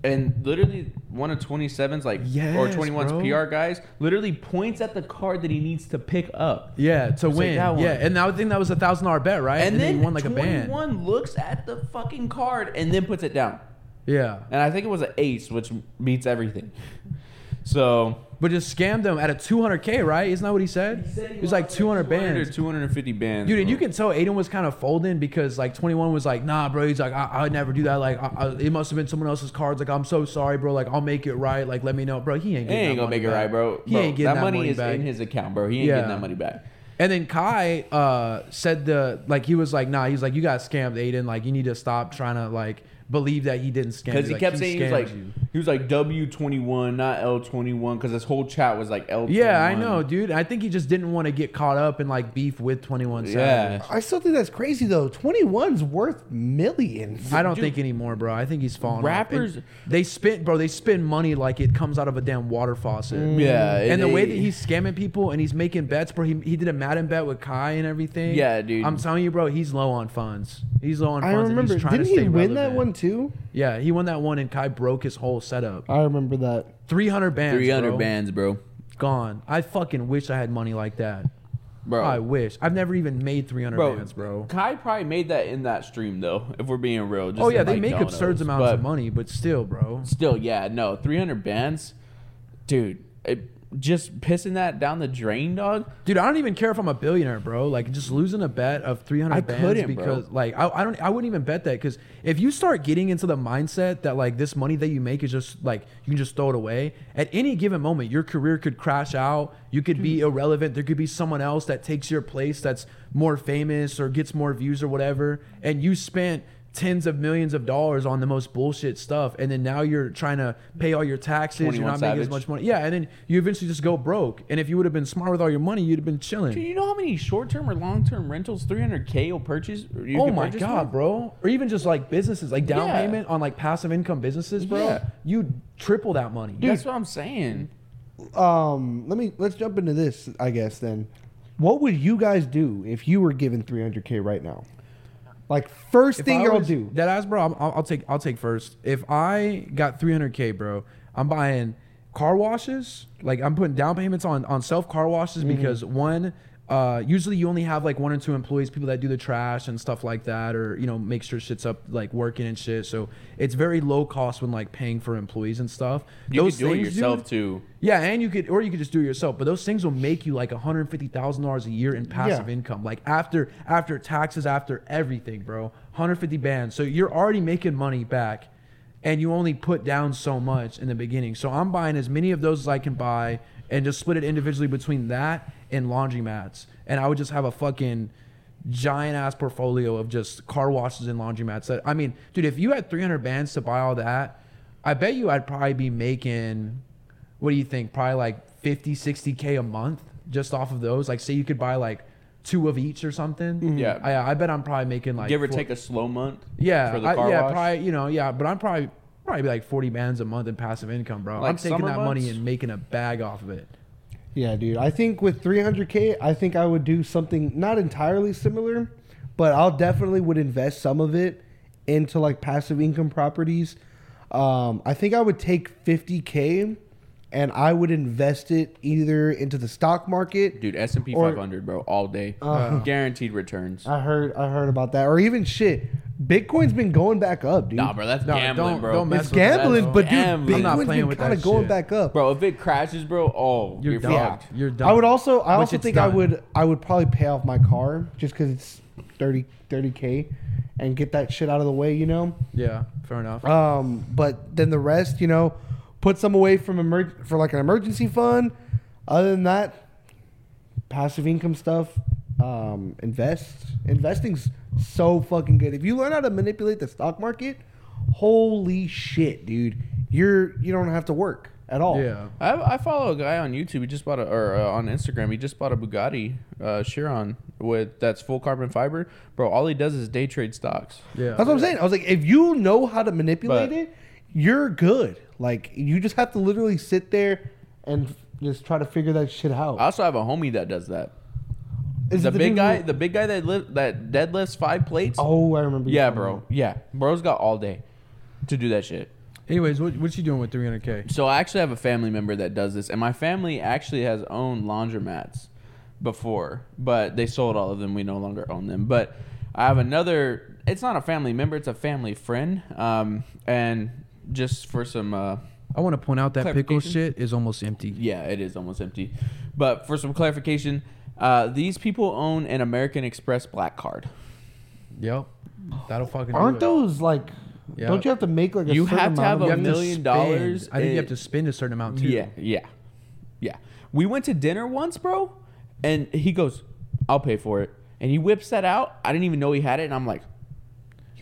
Speaker 3: and literally one of 27's like or
Speaker 1: Yes,
Speaker 3: 21's
Speaker 1: bro.
Speaker 3: PR guys literally points at the card that he needs to pick up.
Speaker 1: Yeah, to
Speaker 3: like
Speaker 1: win.
Speaker 3: that one.
Speaker 1: yeah, and I would think that was a thousand dollar bet, right?
Speaker 3: And, then
Speaker 1: he won like a band.
Speaker 3: 21 looks at the fucking card and then puts it down.
Speaker 1: Yeah,
Speaker 3: And I think it was an ace, which beats everything. So
Speaker 1: but just scammed them at a two hundred k, right? Isn't that what he said? it was like two hundred bands.
Speaker 3: or 250 bands.
Speaker 1: Dude, and
Speaker 3: bro.
Speaker 1: you can tell Aiden was kind of folding because like 21 was like, nah, bro. He's like, I, I would never do that. Like, I, I, it must have been someone else's cards. Like, I'm so sorry, bro. Like, I'll make it right. Like, let me know, bro. He ain't.
Speaker 3: He
Speaker 1: Getting
Speaker 3: ain't
Speaker 1: that
Speaker 3: gonna
Speaker 1: money
Speaker 3: make it
Speaker 1: back.
Speaker 3: right, bro.
Speaker 1: He
Speaker 3: Bro,
Speaker 1: ain't getting that, money,
Speaker 3: is
Speaker 1: back.
Speaker 3: in his account, bro. He ain't
Speaker 1: Yeah.
Speaker 3: getting that money back.
Speaker 1: And then Kai uh, said the like he was like, nah. He's like, you got scammed, Aiden. Like, you need to stop trying to like believe that he didn't scam.
Speaker 3: Because
Speaker 1: you.
Speaker 3: he
Speaker 1: Like,
Speaker 3: kept saying he was
Speaker 1: scammed
Speaker 3: like
Speaker 1: you.
Speaker 3: he was like W twenty one, not L twenty one, because his whole chat was like L.
Speaker 1: Yeah, I know, dude. I think he just didn't want to get caught up in like beef with 21 Savage.
Speaker 3: Yeah,
Speaker 2: I still think that's crazy though. 21's worth millions.
Speaker 1: I don't
Speaker 3: Dude.
Speaker 1: think anymore, bro. I think he's falling. off.
Speaker 3: Rappers-
Speaker 1: And they spend, bro. They spend money like it comes out of a damn water faucet.
Speaker 2: Mm.
Speaker 3: yeah.
Speaker 1: And the way
Speaker 3: they-
Speaker 1: that he's scamming people and he's making bets, bro. He, he did a Madden bet with Kai and everything.
Speaker 3: Yeah, dude.
Speaker 1: I'm telling you, bro. He's low on funds. He's low on
Speaker 2: I
Speaker 1: funds. and
Speaker 2: remember.
Speaker 1: He's trying
Speaker 2: Didn't
Speaker 1: to
Speaker 2: he
Speaker 1: stay
Speaker 2: win that
Speaker 1: relevant.
Speaker 2: one too?
Speaker 1: Yeah, he won that one, and Kai broke his whole setup.
Speaker 2: I remember that.
Speaker 1: 300 bands.
Speaker 3: three hundred
Speaker 1: bro.
Speaker 3: bands, bro.
Speaker 1: gone. I fucking wish I had money like that.
Speaker 3: Bro,
Speaker 1: I wish. I've never even made 300
Speaker 3: bro,
Speaker 1: bands, bro.
Speaker 3: Kai probably made that in that stream though. If we're being real, just
Speaker 1: Oh yeah,
Speaker 3: in,
Speaker 1: they
Speaker 3: like,
Speaker 1: make
Speaker 3: donuts.
Speaker 1: absurd amounts
Speaker 3: But
Speaker 1: of money, but still, bro.
Speaker 3: Still, yeah, no, three hundred bands, dude. It, just pissing that down the drain, dog.
Speaker 1: Dude, I don't even care if I'm a billionaire, bro. Like just losing a bet of 300
Speaker 3: I
Speaker 1: bands
Speaker 3: couldn't, bro.
Speaker 1: because like I, I don't I wouldn't even bet that cuz if you start getting into the mindset that like this money that you make is just like you can just throw it away, at any given moment your career could crash out, you could be irrelevant, there could be someone else that takes your place that's more famous or gets more views or whatever and you spent tens of millions of dollars on the most bullshit stuff and then now you're trying to pay all your taxes you're
Speaker 3: 21
Speaker 1: not making as
Speaker 3: Savage.
Speaker 1: much money yeah and then you eventually just go broke and if you would have been smart with all your money you'd have been
Speaker 3: Dude,
Speaker 1: chilling
Speaker 3: you know how many short-term or long-term rentals 300k will purchase? or you
Speaker 1: oh
Speaker 3: can
Speaker 1: my
Speaker 3: purchase
Speaker 1: god
Speaker 3: for?
Speaker 1: bro or even just like businesses like down
Speaker 3: Yeah.
Speaker 1: payment on like passive income businesses bro
Speaker 3: Yeah.
Speaker 1: you triple that money
Speaker 3: That's what I'm saying.
Speaker 2: Um, let me let's jump into this. I guess then, what would you guys do if you were given 300k right now? Like first
Speaker 1: If
Speaker 2: thing
Speaker 1: I
Speaker 2: y'all
Speaker 1: was-
Speaker 2: do.
Speaker 1: That ass, bro. I'm- I'll, I'll take. I'll take first. If I got 300k, bro, I'm buying car washes. Like I'm putting down payments on on self car washes
Speaker 2: Mm-hmm.
Speaker 1: because one. Uh, usually you only have like one or two employees, people that do the trash and stuff like that, or you know make sure shit's up like working and shit. So it's very low cost when like paying for employees and stuff.
Speaker 3: You could do it
Speaker 1: things,
Speaker 3: yourself
Speaker 1: dude-
Speaker 3: too.
Speaker 1: yeah, and you could, or you could just do it yourself. But those things will make you like one hundred fifty thousand dollars a year in passive
Speaker 2: Yeah.
Speaker 1: income, like after after taxes, after everything, bro. One hundred fifty bands. So you're already making money back, and you only put down so much in the beginning. So I'm buying as many of those as I can buy, and just split it individually between that and laundromats. And I would just have a fucking giant ass portfolio of just car washes and laundromats. That I mean, dude, if you had 300 bands to buy all that, I bet you I'd probably be making what do you think? Probably like 50, 60k a month just off of those. Like say you could buy like two of each or
Speaker 2: Mm-hmm.
Speaker 1: something.
Speaker 3: Yeah.
Speaker 1: I, I bet I'm probably making like
Speaker 3: Give or
Speaker 1: four-
Speaker 3: take a slow month.
Speaker 1: yeah,
Speaker 3: For the
Speaker 1: I-
Speaker 3: car
Speaker 1: yeah,
Speaker 3: wash.
Speaker 1: probably you know, yeah, but I'm probably probably like 40 bands a month in passive income, bro. I'm
Speaker 3: Like
Speaker 1: taking
Speaker 3: summer
Speaker 1: that money
Speaker 3: months?
Speaker 1: and making a bag off of it.
Speaker 2: Yeah, dude. I think with 300k, I think I would do something not entirely similar, but I'll definitely would invest some of it into like passive income properties. Um, I think I would take 50k and I would invest it either into the stock market.
Speaker 3: Dude, S and P
Speaker 2: Or-
Speaker 3: 500, bro, all day, guaranteed returns.
Speaker 2: I heard I heard about that or even shit. Bitcoin's been going back up, dude.
Speaker 3: nah, bro, that's
Speaker 1: No,
Speaker 3: gambling,
Speaker 1: don't-
Speaker 3: bro.
Speaker 1: don't mess
Speaker 2: it's
Speaker 1: with that,
Speaker 2: gambling,
Speaker 1: though.
Speaker 2: but dude,
Speaker 3: Gambling. I'm
Speaker 1: not
Speaker 2: Bitcoin's
Speaker 1: playing
Speaker 2: been
Speaker 1: with
Speaker 2: kind
Speaker 1: that
Speaker 2: of going
Speaker 1: shit.
Speaker 2: back up.
Speaker 3: bro, if it crashes, bro, oh,
Speaker 1: You're
Speaker 3: you're,
Speaker 1: done.
Speaker 3: fucked.
Speaker 1: You're done.
Speaker 2: I would also I
Speaker 1: Which
Speaker 2: also
Speaker 1: it's
Speaker 2: think I
Speaker 1: done.
Speaker 2: would I would probably pay off my car just because it's 30 k and get that shit out of the way, you know.
Speaker 1: Yeah, fair enough.
Speaker 2: Um, but then the rest, you know, put some away from emer- for like an emergency fund. Other than that, passive income stuff. Um, invest. Investing's so fucking good. If you learn how to manipulate the stock market, holy shit, dude, you're you don't have to work at all.
Speaker 1: yeah.
Speaker 3: I, I follow a guy on YouTube. He just bought a or uh, on Instagram. He just bought a Bugatti uh, Chiron with that's full carbon fiber, bro. All he does is day trade stocks.
Speaker 1: Yeah.
Speaker 2: That's what I'm saying. I was like, if you know how to manipulate
Speaker 3: But-
Speaker 2: it, you're good. Like you just have to literally sit there and just try to figure that shit out.
Speaker 3: I also have a homie that does that.
Speaker 2: Is
Speaker 3: Uh, the
Speaker 2: it the
Speaker 3: big
Speaker 2: dude
Speaker 3: guy,
Speaker 2: who-
Speaker 3: the big guy that li- that deadlifts five plates.
Speaker 2: oh, I remember. you
Speaker 3: yeah,
Speaker 2: telling me.
Speaker 3: bro. Yeah, bro's got all day to do that shit.
Speaker 1: Anyways, what what you doing with 300k?
Speaker 3: So I actually have a family member that does this, and my family actually has owned laundromats before, but they sold all of them. We no longer own them. But I have another. It's not a family member. It's a family friend. Um, and just for some, uh,
Speaker 1: I want to point out that pickle
Speaker 3: Clarification?
Speaker 1: shit is almost empty.
Speaker 3: yeah, it is almost empty. But for some clarification, uh, these people own an American Express black card.
Speaker 1: Yep. That'll fucking.
Speaker 2: Aren't
Speaker 1: do it.
Speaker 2: those like?
Speaker 1: Yeah.
Speaker 2: Don't you have to make like a
Speaker 3: You
Speaker 2: certain
Speaker 3: have to
Speaker 2: amount
Speaker 3: have
Speaker 2: of
Speaker 3: a
Speaker 1: You have to
Speaker 2: money?
Speaker 3: million
Speaker 1: spend-
Speaker 3: dollars
Speaker 1: I think you have to
Speaker 3: and-
Speaker 1: spend a certain amount too.
Speaker 3: Yeah, yeah, yeah. We went to dinner once, bro, and he goes, "I'll pay for it," and he whips that out. I didn't even know he had it, and I'm like,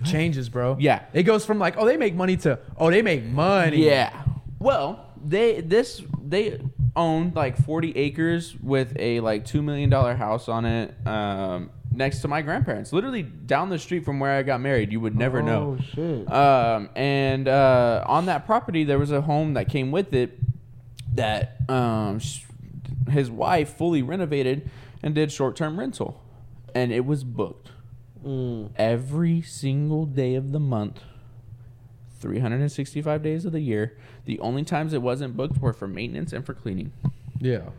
Speaker 1: Changes, bro.
Speaker 3: Yeah.
Speaker 1: It goes from like, oh, they make money to, oh, they make money.
Speaker 3: "Yeah." Well, they this they owned like 40 acres with a like two million dollar house on it, um, next to my grandparents, literally down the street from where I got married. You would never know.
Speaker 2: Oh shit.
Speaker 3: Um, and uh, on that property, there was a home that came with it that um, sh- his wife fully renovated and did short term rental. And it was booked
Speaker 2: Mm.
Speaker 3: every single day of the month, 365 days of the year. The only times it wasn't booked were for maintenance and for cleaning.
Speaker 1: Yeah.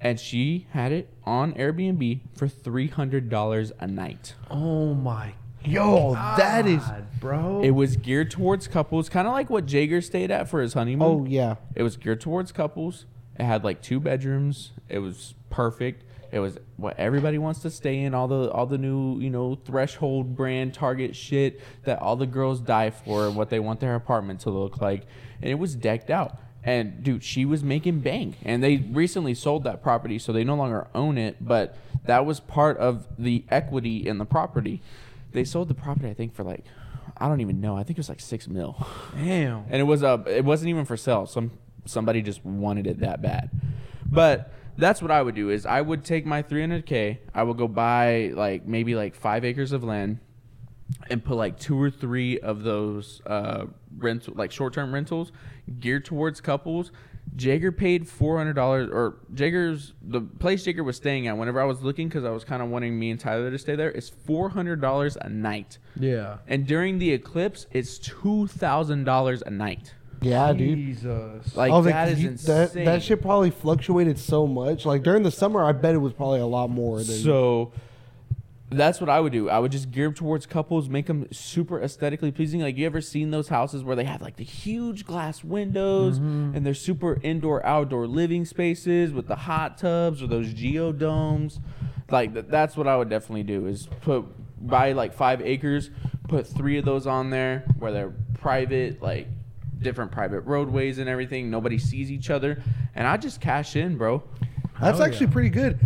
Speaker 3: And she had it on Airbnb for $300 a night.
Speaker 1: Oh my.
Speaker 2: Yo, that is.
Speaker 1: God, bro.
Speaker 2: Oh.
Speaker 3: It was geared towards couples, kind of like what Jager stayed at for his honeymoon.
Speaker 2: Oh yeah.
Speaker 3: It was geared towards couples. It had like two bedrooms. It was perfect. It was what everybody wants to stay in. All the all the new you know threshold brand Target shit that all the girls die for. and What they want their apartment to look like, and it was decked out. And dude, she was making bank. And they recently sold that property, so they no longer own it. But that was part of the equity in the property. They sold the property, I think, for like I don't even know. I think it was like six mil.
Speaker 1: Damn.
Speaker 3: and it was a it wasn't even for sale some somebody just wanted it that bad but that's what i would do is i would take my 300k i would go buy like maybe like five acres of land and put like two or three of those uh rental like short-term rentals geared towards couples jager paid $400 or jager's the place jager was staying at whenever i was looking because i was kind of wanting me and tyler to stay there is $400 a night
Speaker 1: Yeah.
Speaker 3: and during the eclipse, it's two thousand dollars a night.
Speaker 2: Yeah, dude.
Speaker 1: Jesus.
Speaker 3: Like
Speaker 2: I was
Speaker 3: that
Speaker 2: Oh, like,
Speaker 3: is
Speaker 2: you-
Speaker 3: insane.
Speaker 2: that, that shit probably fluctuated so much. Like during the summer, I bet it was probably a lot more. Than,
Speaker 3: So that's what I would do. I would just gear towards couples, make them super aesthetically pleasing. Like you ever seen those houses where they have like the huge glass windows and they're super indoor outdoor living spaces with the hot tubs or those geodomes. Like th- that's what I would definitely do is put buy like 5 acres, put 3 of those on there where they're private like different private roadways and everything. Nobody sees each other. and I just cash in, bro.
Speaker 2: That's
Speaker 1: Hell
Speaker 2: actually pretty good.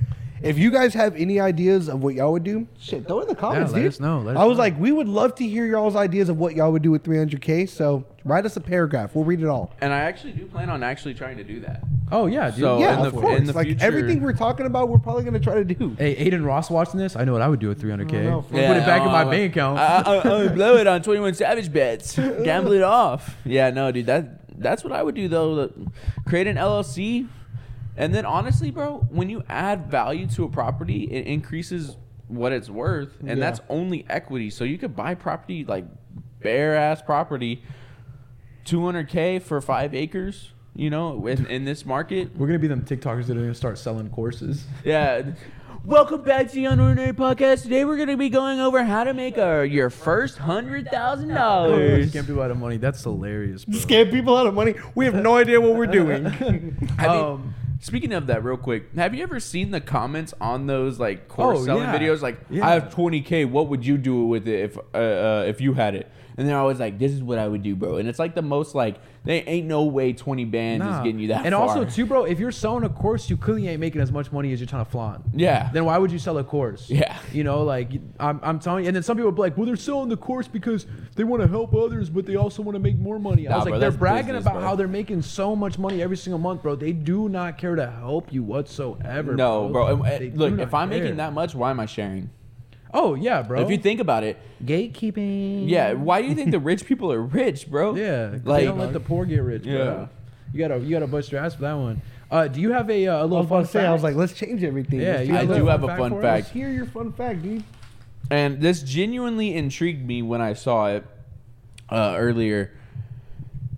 Speaker 2: If you guys have any ideas of what y'all would do, shit, throw it in the comments,
Speaker 1: let
Speaker 2: dude.
Speaker 1: us know, let us
Speaker 2: I was
Speaker 1: know.
Speaker 2: like, we would love to hear y'all's ideas of what y'all would do with 300k. So write us a paragraph. We'll read it all.
Speaker 3: And I actually do plan on actually trying to do that.
Speaker 1: Oh yeah, dude.
Speaker 3: So- Oh,
Speaker 2: yeah,
Speaker 3: in the-
Speaker 2: of course.
Speaker 3: in the
Speaker 2: like
Speaker 3: future-
Speaker 2: everything we're talking about, we're probably gonna try to do.
Speaker 1: Hey, Aiden Ross watching this, I know what I would do with 300k.
Speaker 2: know,
Speaker 1: Put it back in my
Speaker 3: uh,
Speaker 1: bank account.
Speaker 3: I, I, I would blow it on Twenty One Savage bets, gamble it off. Yeah, no, dude, that that's what I would do though. Look, Create an LLC, and then honestly, bro, when you add value to a property, it increases what it's worth, and
Speaker 2: Yeah.
Speaker 3: that's only equity. So you could buy property like bare ass property, two hundred k for five acres. You know, in, in this market,
Speaker 1: We're gonna be them TikTokers that are gonna start selling courses.
Speaker 3: Yeah. Welcome back to the Unordinary Podcast. Today we're going to be going over how to make our, your first hundred thousand
Speaker 1: Oh, You
Speaker 3: dollars.
Speaker 1: can't do out of money. That's hilarious. Bro.
Speaker 2: Scam people out of money. We have no idea what we're doing.
Speaker 1: Um,
Speaker 3: Speaking of that, real quick, have you ever seen the comments on those like course
Speaker 1: Oh,
Speaker 3: selling
Speaker 1: yeah.
Speaker 3: videos? Like,
Speaker 1: Yeah.
Speaker 3: I have twenty k. What would you do with it if uh, uh, if you had it? And they're always like, "This is what I would do, bro." And it's like the most like, "There ain't no way twenty bands
Speaker 1: nah.
Speaker 3: is getting you that."
Speaker 1: and
Speaker 3: far.
Speaker 1: also too, bro, if you're selling a course, you clearly ain't making as much money as you're trying to flaunt.
Speaker 3: yeah,
Speaker 1: Then why would you sell a course?
Speaker 3: Yeah.
Speaker 1: You know, like I'm, I'm telling you. And then some people would be like, well, they're selling the course because they want to help others, but they also want to make more money. I
Speaker 3: Nah,
Speaker 1: was like,
Speaker 3: bro,
Speaker 1: they're
Speaker 3: that's
Speaker 1: bragging
Speaker 3: business,
Speaker 1: about
Speaker 3: bro.
Speaker 1: how they're making so much money every single month, bro. They do not care to help you whatsoever.
Speaker 3: no, bro. And, uh,
Speaker 1: They do
Speaker 3: Look,
Speaker 1: not
Speaker 3: if I'm
Speaker 1: care.
Speaker 3: making that much, why am I sharing?
Speaker 1: oh yeah, bro.
Speaker 3: If you think about it,
Speaker 1: gatekeeping,
Speaker 3: Yeah, why do you think the rich people are rich, bro?
Speaker 1: Mm. Yeah, like
Speaker 3: like
Speaker 1: they don't let the poor get rich. Yeah,
Speaker 3: Yeah.
Speaker 1: you gotta you gotta bust your ass for that one. Uh, do you have a, uh, a
Speaker 2: I
Speaker 1: little
Speaker 2: was about
Speaker 1: fun
Speaker 2: to say, I was
Speaker 1: fact?
Speaker 2: like, let's change everything.
Speaker 1: Yeah,
Speaker 2: Let's
Speaker 1: you
Speaker 2: do
Speaker 3: I
Speaker 1: got
Speaker 2: a
Speaker 3: do
Speaker 2: little
Speaker 1: little
Speaker 3: have
Speaker 1: fun
Speaker 3: a
Speaker 1: fact
Speaker 3: fun
Speaker 1: for us?
Speaker 3: fact.
Speaker 2: Let's hear your fun fact, dude.
Speaker 3: and this genuinely intrigued me when I saw it uh, earlier,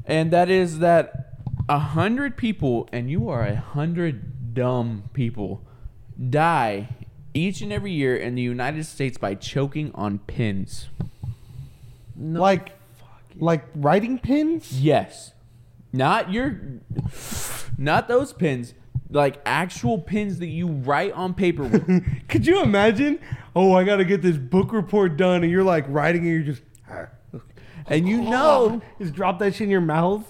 Speaker 3: and that is that a hundred people, and you are a hundred dumb people, die each and every year in the United States by choking on pins.
Speaker 2: Like, like writing pins.
Speaker 3: Yes, not your, not those pins. Like actual pins that you write on paper with.
Speaker 2: Could you imagine? Oh, I got to get this book report done, and you're like writing, and you're just,
Speaker 3: and you
Speaker 1: Oh,
Speaker 3: know
Speaker 2: just drop that shit in your mouth.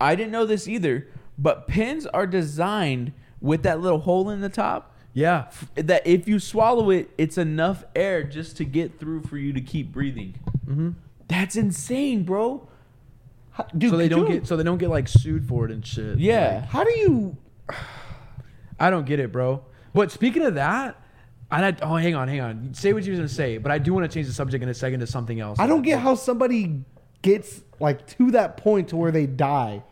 Speaker 3: I didn't know this either, but pins are designed with that little hole in the top
Speaker 1: yeah,
Speaker 3: that if you swallow it, it's enough air just to get through for you to keep breathing.
Speaker 1: Mm-hmm.
Speaker 3: That's insane, bro.
Speaker 2: How- Dude,
Speaker 1: so they
Speaker 2: could
Speaker 1: don't
Speaker 2: you-
Speaker 1: get so they don't get like sued for it and shit.
Speaker 3: Yeah.
Speaker 2: How do you?
Speaker 1: I don't get it, bro. But speaking of that, and I oh hang on, hang on. Say what you were gonna say, but I do want to change the subject in a second to something else.
Speaker 2: I don't get how somebody gets like to that point to where they die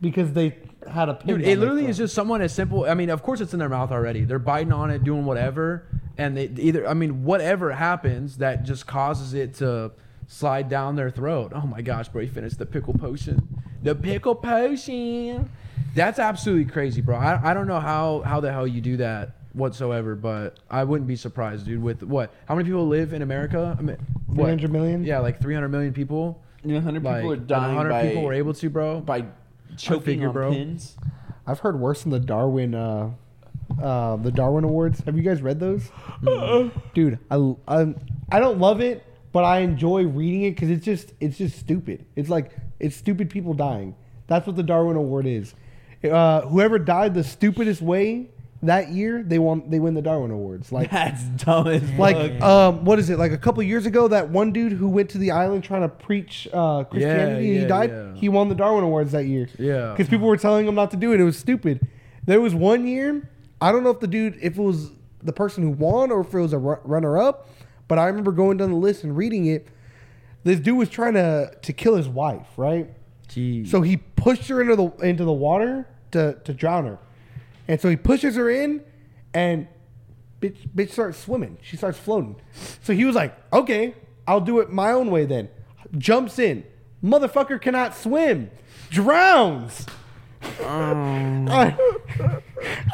Speaker 2: because they had a pin.
Speaker 1: Dude,
Speaker 2: down
Speaker 1: it
Speaker 2: their
Speaker 1: literally is
Speaker 2: throat.
Speaker 1: just someone as simple. I mean, of course it's in their mouth already. They're biting on it, doing whatever, and they either. I mean, whatever happens that just causes it to slide down their throat. Oh my gosh, bro! He finished the pickle potion. The pickle potion. That's absolutely crazy, bro. I, I don't know how how the hell you do that whatsoever, but I wouldn't be surprised, dude. With what? How many people live in America? I mean, what?
Speaker 2: 300 million?
Speaker 1: Yeah, like 300 million people.
Speaker 3: hundred
Speaker 1: Like,
Speaker 3: people are
Speaker 1: and
Speaker 3: dying
Speaker 1: 100
Speaker 3: by,
Speaker 1: people were able to, bro.
Speaker 3: by choking
Speaker 1: figure,
Speaker 3: on
Speaker 1: bro.
Speaker 3: pins.
Speaker 2: I've heard worse than the Darwin, uh, uh, the Darwin Awards. Have you guys read those? Dude, I, I I don't love it, but I enjoy reading it because it's just it's just stupid. It's like it's stupid people dying. That's what the Darwin Award is. Uh, whoever died the stupidest way that year, they won. They win the Darwin Awards. Like
Speaker 3: That's dumb as
Speaker 2: like um, what is it? Like a couple years ago, that one dude who went to the island trying to preach uh, Christianity, and
Speaker 1: yeah,
Speaker 2: he died.
Speaker 1: yeah.
Speaker 2: He won the Darwin Awards that year.
Speaker 1: Yeah.
Speaker 2: because people were telling him not to do it. It was stupid. There was one year. I don't know if the dude, if it was the person who won or if it was a ru- runner-up, but I remember going down the list and reading it. This dude was trying to to kill his wife, right?
Speaker 1: Jeez.
Speaker 2: So he pushed her into the into the water to to drown her, and so he pushes her in, and bitch bitch starts swimming. She starts floating. So he was like, "Okay, I'll do it my own way then." Jumps in. Motherfucker cannot swim. Drowns. I,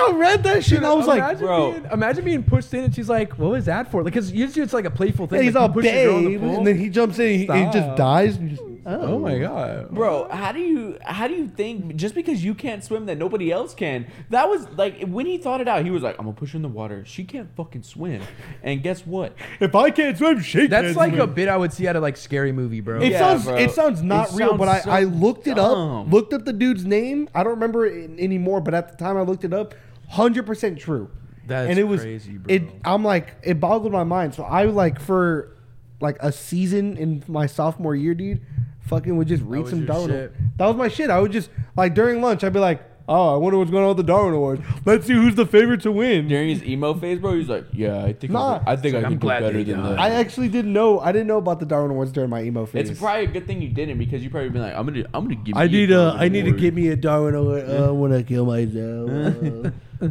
Speaker 2: I read that shit. and I was like,
Speaker 1: Oh. imagine
Speaker 3: bro.
Speaker 1: being, imagine being pushed in and she's like, "What was that for?" Like, cause usually it's like a playful thing.
Speaker 2: yeah, he's
Speaker 1: like,
Speaker 2: all
Speaker 1: you push your girl in the
Speaker 2: babe,
Speaker 1: pool.
Speaker 2: and then he jumps in. He, he just
Speaker 1: Stop.
Speaker 2: dies. and just-
Speaker 1: Oh my god.
Speaker 3: Bro, how do you how do you think just because you can't swim that nobody else can? That was like when he thought it out, he was like, "I'm gonna push her in the water. She can't fucking swim." And guess what?
Speaker 2: If I can't swim, she
Speaker 1: That's like a bit I would see out of like scary movie, bro.
Speaker 2: It
Speaker 3: Yeah,
Speaker 2: sounds
Speaker 3: bro.
Speaker 2: it sounds not
Speaker 3: It
Speaker 2: real, but I,
Speaker 3: sounds so
Speaker 2: I looked it up,
Speaker 3: dumb.
Speaker 2: looked up the dude's name. I don't remember it anymore, but at the time I looked it up, hundred percent true.
Speaker 1: That's
Speaker 2: and it was
Speaker 1: crazy, bro.
Speaker 2: it. I'm like it boggled my mind. So I like for like a season in my sophomore year, dude. Fucking would just read
Speaker 1: was
Speaker 2: some
Speaker 1: your
Speaker 2: Darwin.
Speaker 1: shit.
Speaker 2: That was my shit. I would just like during lunch, I'd be like, "Oh, I wonder what's going on with the Darwin Awards. Let's see who's the favorite to win."
Speaker 3: During his emo phase, bro, he's like, "Yeah, I think
Speaker 2: Nah.
Speaker 3: I, I think I
Speaker 1: I'm
Speaker 3: can do
Speaker 1: glad
Speaker 3: better
Speaker 1: they
Speaker 3: than
Speaker 1: died.
Speaker 3: that."
Speaker 2: I actually didn't know. I didn't know about the Darwin Awards during my emo phase.
Speaker 3: it's probably a good thing you didn't because you probably been like, "I'm gonna I'm gonna give."
Speaker 2: I
Speaker 3: me
Speaker 2: need
Speaker 3: a
Speaker 1: uh,
Speaker 2: a. I need to give me a Darwin Award. Uh, I want to kill myself. Uh,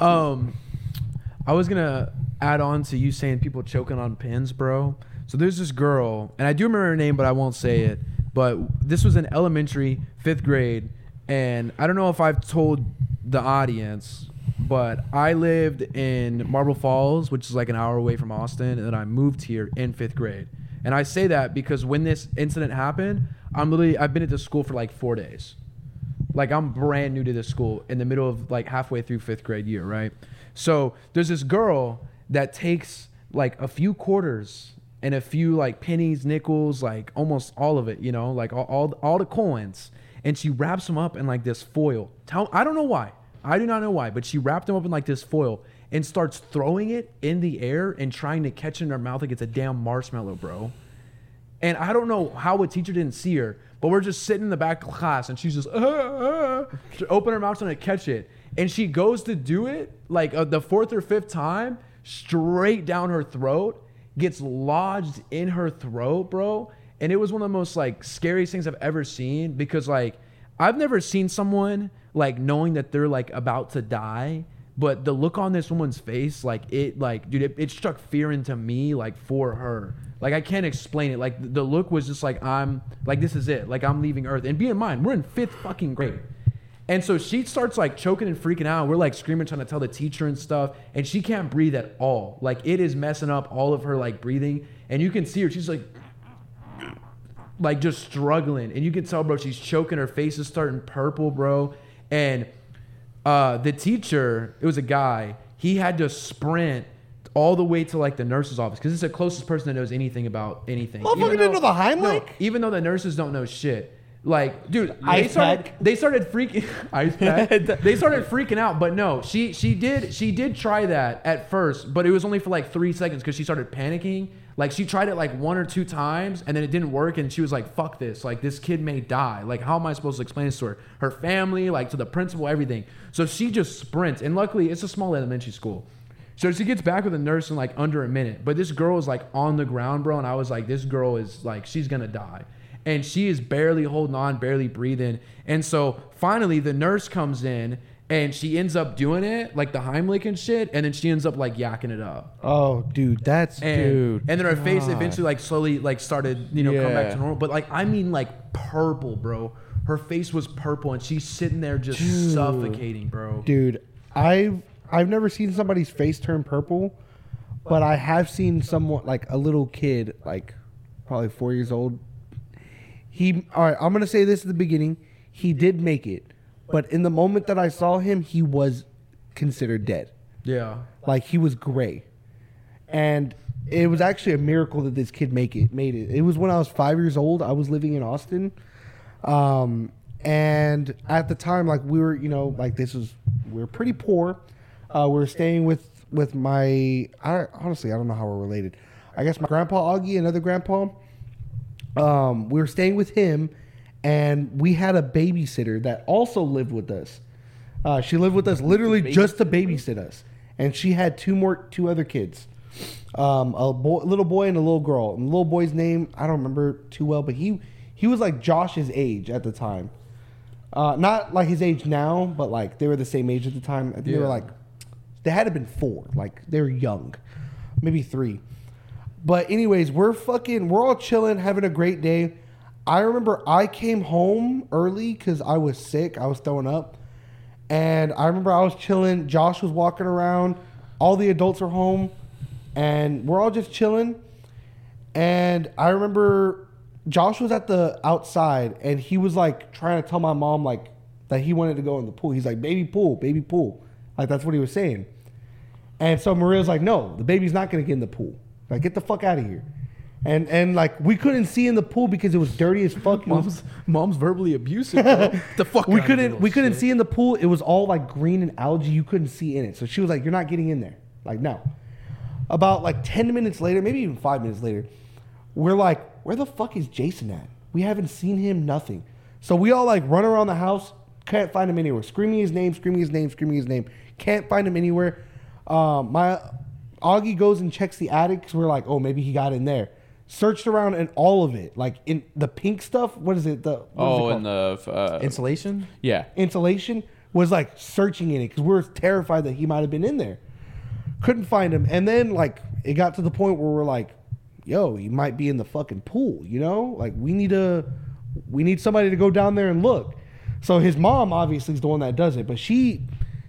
Speaker 1: Um, I was gonna add on to you saying people choking on pins, bro. So there's this girl, and I do remember her name, but I won't say it. But this was in elementary, fifth grade, and I don't know if I've told the audience, but I lived in Marble Falls, which is like an hour away from Austin, and then I moved here in fifth grade. And I say that because when this incident happened, I'm literally I've been at this school for like four days like I'm brand new to this school in the middle of like halfway through fifth grade year, right? So there's this girl that takes like a few quarters and a few like pennies, nickels, like almost all of it, you know, like all all, all the coins, and she wraps them up in like this foil. Tell I don't know why, I do not know why, but she wrapped them up in like this foil and starts throwing it in the air and trying to catch it in her mouth like it's a damn marshmallow, bro. And I don't know how a teacher didn't see her, but we're just sitting in the back of class and she's just, uh, uh, to open her mouth trying to catch it. And she goes to do it like uh, the fourth or fifth time, straight down her throat, gets lodged in her throat, bro. And it was one of the most like scariest things I've ever seen because like I've never seen someone like knowing that they're like about to die, but the look on this woman's face, like it, like dude, it, it struck fear into me, like for her. Like I can't explain it. Like the look was just like I'm, like this is it. Like I'm leaving Earth. And be in mind, we're in fifth fucking grade. And so she starts like choking and freaking out. We're like screaming, trying to tell the teacher and stuff. And she can't breathe at all. Like it is messing up all of her like breathing. And you can see her. She's like, like just struggling, and you can tell, bro, she's choking. Her face is starting purple, bro. And uh, the teacher, it was a guy. He had to sprint all the way to like the nurse's office because it's the closest person that knows anything about anything.
Speaker 2: Motherfucker
Speaker 1: Even
Speaker 2: didn't
Speaker 1: though-
Speaker 2: know the Heimlich?
Speaker 1: No, even though the nurses don't know shit. Like, dude, they
Speaker 2: Ice
Speaker 1: started,
Speaker 2: pack?
Speaker 1: they started freaking ice pack. they started freaking out, but no, she she did she did try that at first, but it was only for like three seconds because she started panicking. Like she tried it like one or two times, and then it didn't work, and she was like, "Fuck this! Like this kid may die. Like how am I supposed to explain this to her, her family, like to the principal, everything?" So she just sprints, and luckily it's a small elementary school. So she gets back with a nurse in like under a minute. But this girl is like on the ground, bro. And I was like, this girl is like, she's gonna die. And she is barely holding on, barely breathing. And so finally the nurse comes in and she ends up doing it, like the Heimlich and shit, and then she ends up like yakking it up.
Speaker 2: oh, dude, that's
Speaker 1: And,
Speaker 3: Dude,
Speaker 1: and then her face eventually like slowly like started, you know, come back
Speaker 3: Yeah.
Speaker 1: to normal. But like I mean like purple, bro. Her face was purple and she's sitting there just suffocating, bro.
Speaker 2: dude. I've I've never seen somebody's face turn purple, but I have seen someone like a little kid, like probably four years old. He all right. I'm gonna say this at the beginning. He did make it, but in the moment that I saw him, he was considered dead.
Speaker 1: Yeah.
Speaker 2: like he was gray and it was actually a miracle that this kid make it made it it was when i was five years old i was living in austin um, and at the time like we were you know like this was we were pretty poor uh, we were staying with with my I, honestly i don't know how we're related i guess my grandpa augie another grandpa um, we were staying with him, and we had a babysitter that also lived with us. Uh, she lived with us literally just to babysit us, and she had two more two other kids, um, a boy, little boy and a little girl. And the little boy's name I don't remember too well, but he he was like Josh's age at the time, uh, not like his age now, but like they were the same age at the time. I think they were
Speaker 1: Yeah.
Speaker 2: like they had to have been four, like they were young, maybe three. But anyways, we're fucking, we're all chilling, having a great day. I remember I came home early because I was sick. I was throwing up, and I remember I was chilling. Josh was walking around. All the adults are home, and we're all just chilling. And I remember Josh was at the outside and he was like trying to tell my mom like that he wanted to go in the pool. He's like, baby pool, baby pool. Like that's what he was saying. And so Maria's like, no, the baby's not gonna get in the pool. Like, get the fuck out of here. And and like we couldn't see in the pool because it was dirty as fuck. It was-
Speaker 1: Mom's mom's verbally abusive. Bro. the fuck
Speaker 2: we
Speaker 1: outta
Speaker 2: couldn't
Speaker 1: here,
Speaker 2: we
Speaker 1: little
Speaker 2: couldn't
Speaker 1: shit.
Speaker 2: see in the pool. It was all like green and algae. You couldn't see in it. So she was like, "You're not getting in there." Like no. About like ten minutes later, maybe even five minutes later, we're like, "Where the fuck is Jason at? We haven't seen him. Nothing." So we all like run around the house. Can't find him anywhere. Screaming his name, screaming his name, screaming his name. Can't find him anywhere. Uh, my Augie goes and checks the attic because we're like, oh, maybe he got in there. Searched around in all of it, like in the pink stuff. What is it? The what is it
Speaker 3: Oh,
Speaker 2: called?
Speaker 3: and the uh,
Speaker 1: insulation.
Speaker 3: yeah.
Speaker 2: insulation was like searching in it because we were terrified that he might have been in there. Couldn't find him. And then like it got to the point where we're like, yo, he might be in the fucking pool, you know? Like we need to we need somebody to go down there and look. So his mom obviously is the one that does it, but she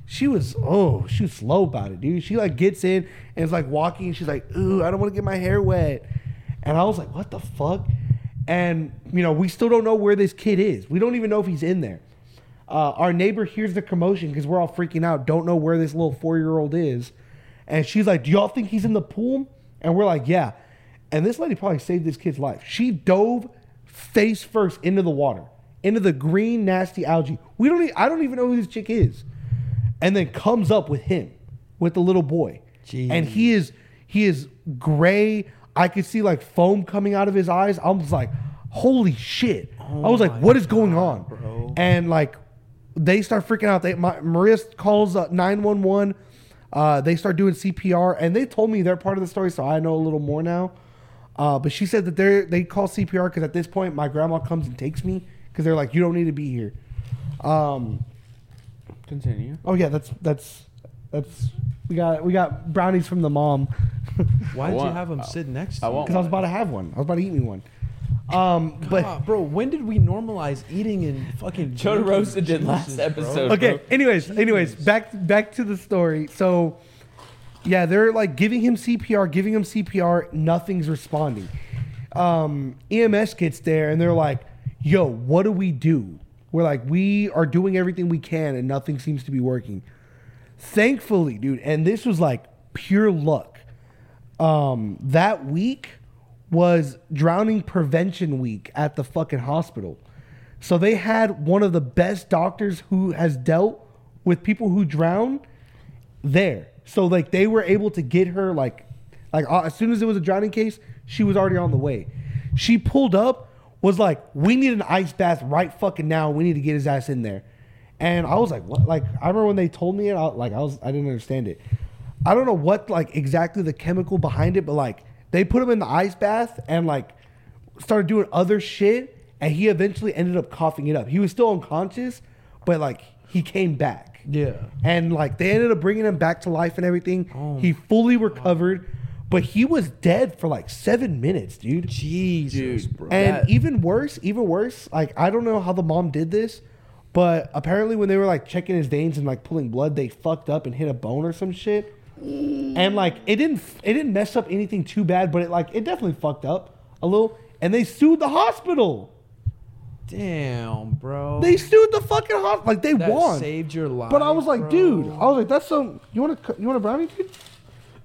Speaker 2: she was oh, she was slow about it, dude. She like gets in and is like walking, she's like, ooh, I don't want to get my hair wet. And I was like, what the fuck? And you know, we still don't know where this kid is. We don't even know if he's in there. Uh, our neighbor hears the commotion because we're all freaking out, don't know where this little four year old is. And she's like, Do y'all think he's in the pool? And we're like, Yeah. And this lady probably saved this kid's life. She dove face first into the water, into the green, nasty algae. We don't e- I don't even know who this chick is. And then comes up with him, with the little boy. And he is he is gray. I could see like foam coming out of his eyes. I was like, holy shit. I was like, what is going on? And like they start freaking out. They my, Maria calls nine one one. uh, They start doing CPR, and they told me they're part of the story, so I know a little more now. Uh, but she said that they they call CPR because at this point my grandma comes and takes me because they're like, you don't need to be here. Um,
Speaker 3: Continue.
Speaker 2: oh yeah, that's that's that's we got we got brownies from the mom because
Speaker 5: Why did you
Speaker 3: want-
Speaker 5: have him sit next
Speaker 3: I
Speaker 5: to you?
Speaker 3: want-
Speaker 2: I was about to have one. I was about to eat me one. Um, but
Speaker 1: Ah, bro, when did we normalize eating and fucking?
Speaker 3: Joe
Speaker 1: drinking
Speaker 3: Rosa did
Speaker 1: juices,
Speaker 3: last
Speaker 1: bro?
Speaker 3: episode.
Speaker 2: okay.
Speaker 3: bro.
Speaker 2: Anyways, anyways, back back to the story. So, yeah, they're like giving him CPR, giving him CPR. Nothing's responding. Um, EMS gets there and they're like, "Yo, what do we do?" We're like, "We are doing everything we can, and nothing seems to be working." Thankfully, dude, and this was like pure luck. Um, that week was drowning prevention week at the fucking hospital. So they had one of the best doctors who has dealt with people who drown there. So like they were able to get her like like uh, as soon as it was a drowning case, she was already on the way. She pulled up, was like, "We need an ice bath right fucking now. We need to get his ass in there." And I was like, "What?" Like I remember when they told me it, I, like I was I didn't understand it. I don't know what like exactly the chemical behind it, but like they put him in the ice bath and like started doing other shit, and he eventually ended up coughing it up. He was still unconscious, but like he came back.
Speaker 1: Yeah.
Speaker 2: And like they ended up bringing him back to life and everything.
Speaker 1: Oh
Speaker 2: he fully recovered, but he was dead for like seven minutes, dude.
Speaker 1: Jesus,
Speaker 3: Dude,
Speaker 1: bro.
Speaker 2: And
Speaker 3: that-
Speaker 2: even worse, even worse, like I don't know how the mom did this, but apparently when they were like checking his veins and like pulling blood, they fucked up and hit a bone or some shit. And like it didn't it didn't mess up anything too bad, but it like it definitely fucked up a little. And they sued the hospital.
Speaker 1: Damn, bro.
Speaker 2: They sued the fucking hospital. Like they
Speaker 1: that
Speaker 2: won.
Speaker 1: saved your life.
Speaker 2: but I was like,
Speaker 1: bro.
Speaker 2: dude, I was like, that's some. You want to? You want a brownie, dude?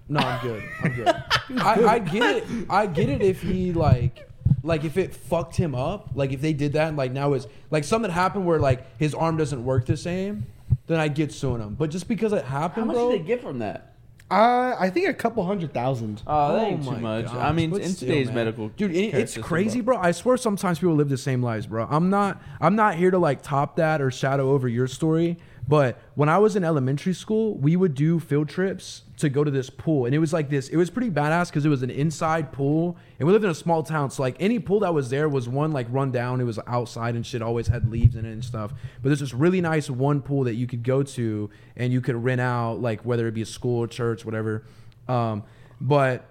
Speaker 1: No, I'm good. I'm good. I, I get it. I get it if he like like if it fucked him up, like if they did that and like now it's like something happened where like his arm doesn't work the same, then I get suing him. But just because it
Speaker 3: How
Speaker 1: happened,
Speaker 3: much
Speaker 1: bro,
Speaker 3: did they get from that?
Speaker 2: Uh, I I think a couple hundred thousand.
Speaker 3: Oh, that ain't too
Speaker 1: my
Speaker 3: much.
Speaker 1: gosh,
Speaker 3: I mean,
Speaker 1: but
Speaker 3: in
Speaker 1: still,
Speaker 3: today's
Speaker 1: man.
Speaker 3: medical,
Speaker 1: dude, it,
Speaker 3: care
Speaker 1: it's
Speaker 3: system,
Speaker 1: crazy,
Speaker 3: bro.
Speaker 1: bro. I swear, sometimes people live the same lives, bro. I'm not, I'm not here to like top that or shadow over your story. But when I was in elementary school, we would do field trips to go to this pool, and it was like this. It was pretty badass because it was an inside pool, and we lived in a small town, so like any pool that was there was one like run down. It was outside and shit, always had leaves in it and stuff. But there's this really nice one pool that you could go to, and you could rent out like whether it be a school, church, whatever. Um, but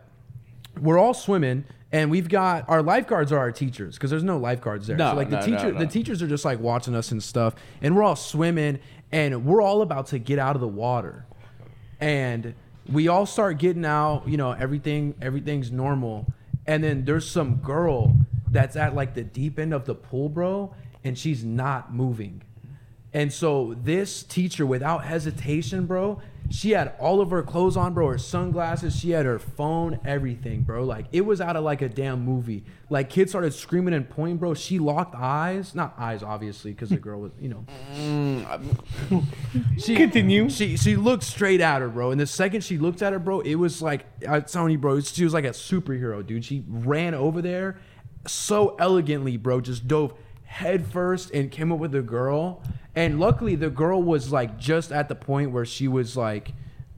Speaker 1: we're all swimming and we've got our lifeguards are our teachers because there's no lifeguards there.
Speaker 3: No,
Speaker 1: so like the
Speaker 3: no, no,
Speaker 1: teacher
Speaker 3: no.
Speaker 1: the teachers are just like watching us and stuff and we're all swimming and we're all about to get out of the water. And we all start getting out, you know, everything everything's normal. And then there's some girl that's at like the deep end of the pool, bro, and she's not moving. And so this teacher, without hesitation, bro, she had all of her clothes on, bro, her sunglasses, she had her phone, everything, bro. Like it was out of like a damn movie. Like kids started screaming and pointing, bro. She locked eyes, not eyes, obviously, because the girl was, you know. she
Speaker 2: Continue.
Speaker 1: She she looked straight at her, bro. And the second she looked at her, bro, it was like I'm telling you, bro, she was like a superhero, dude. She ran over there so elegantly, bro, just dove head first and came up with the girl. And luckily the girl was like just at the point where she was like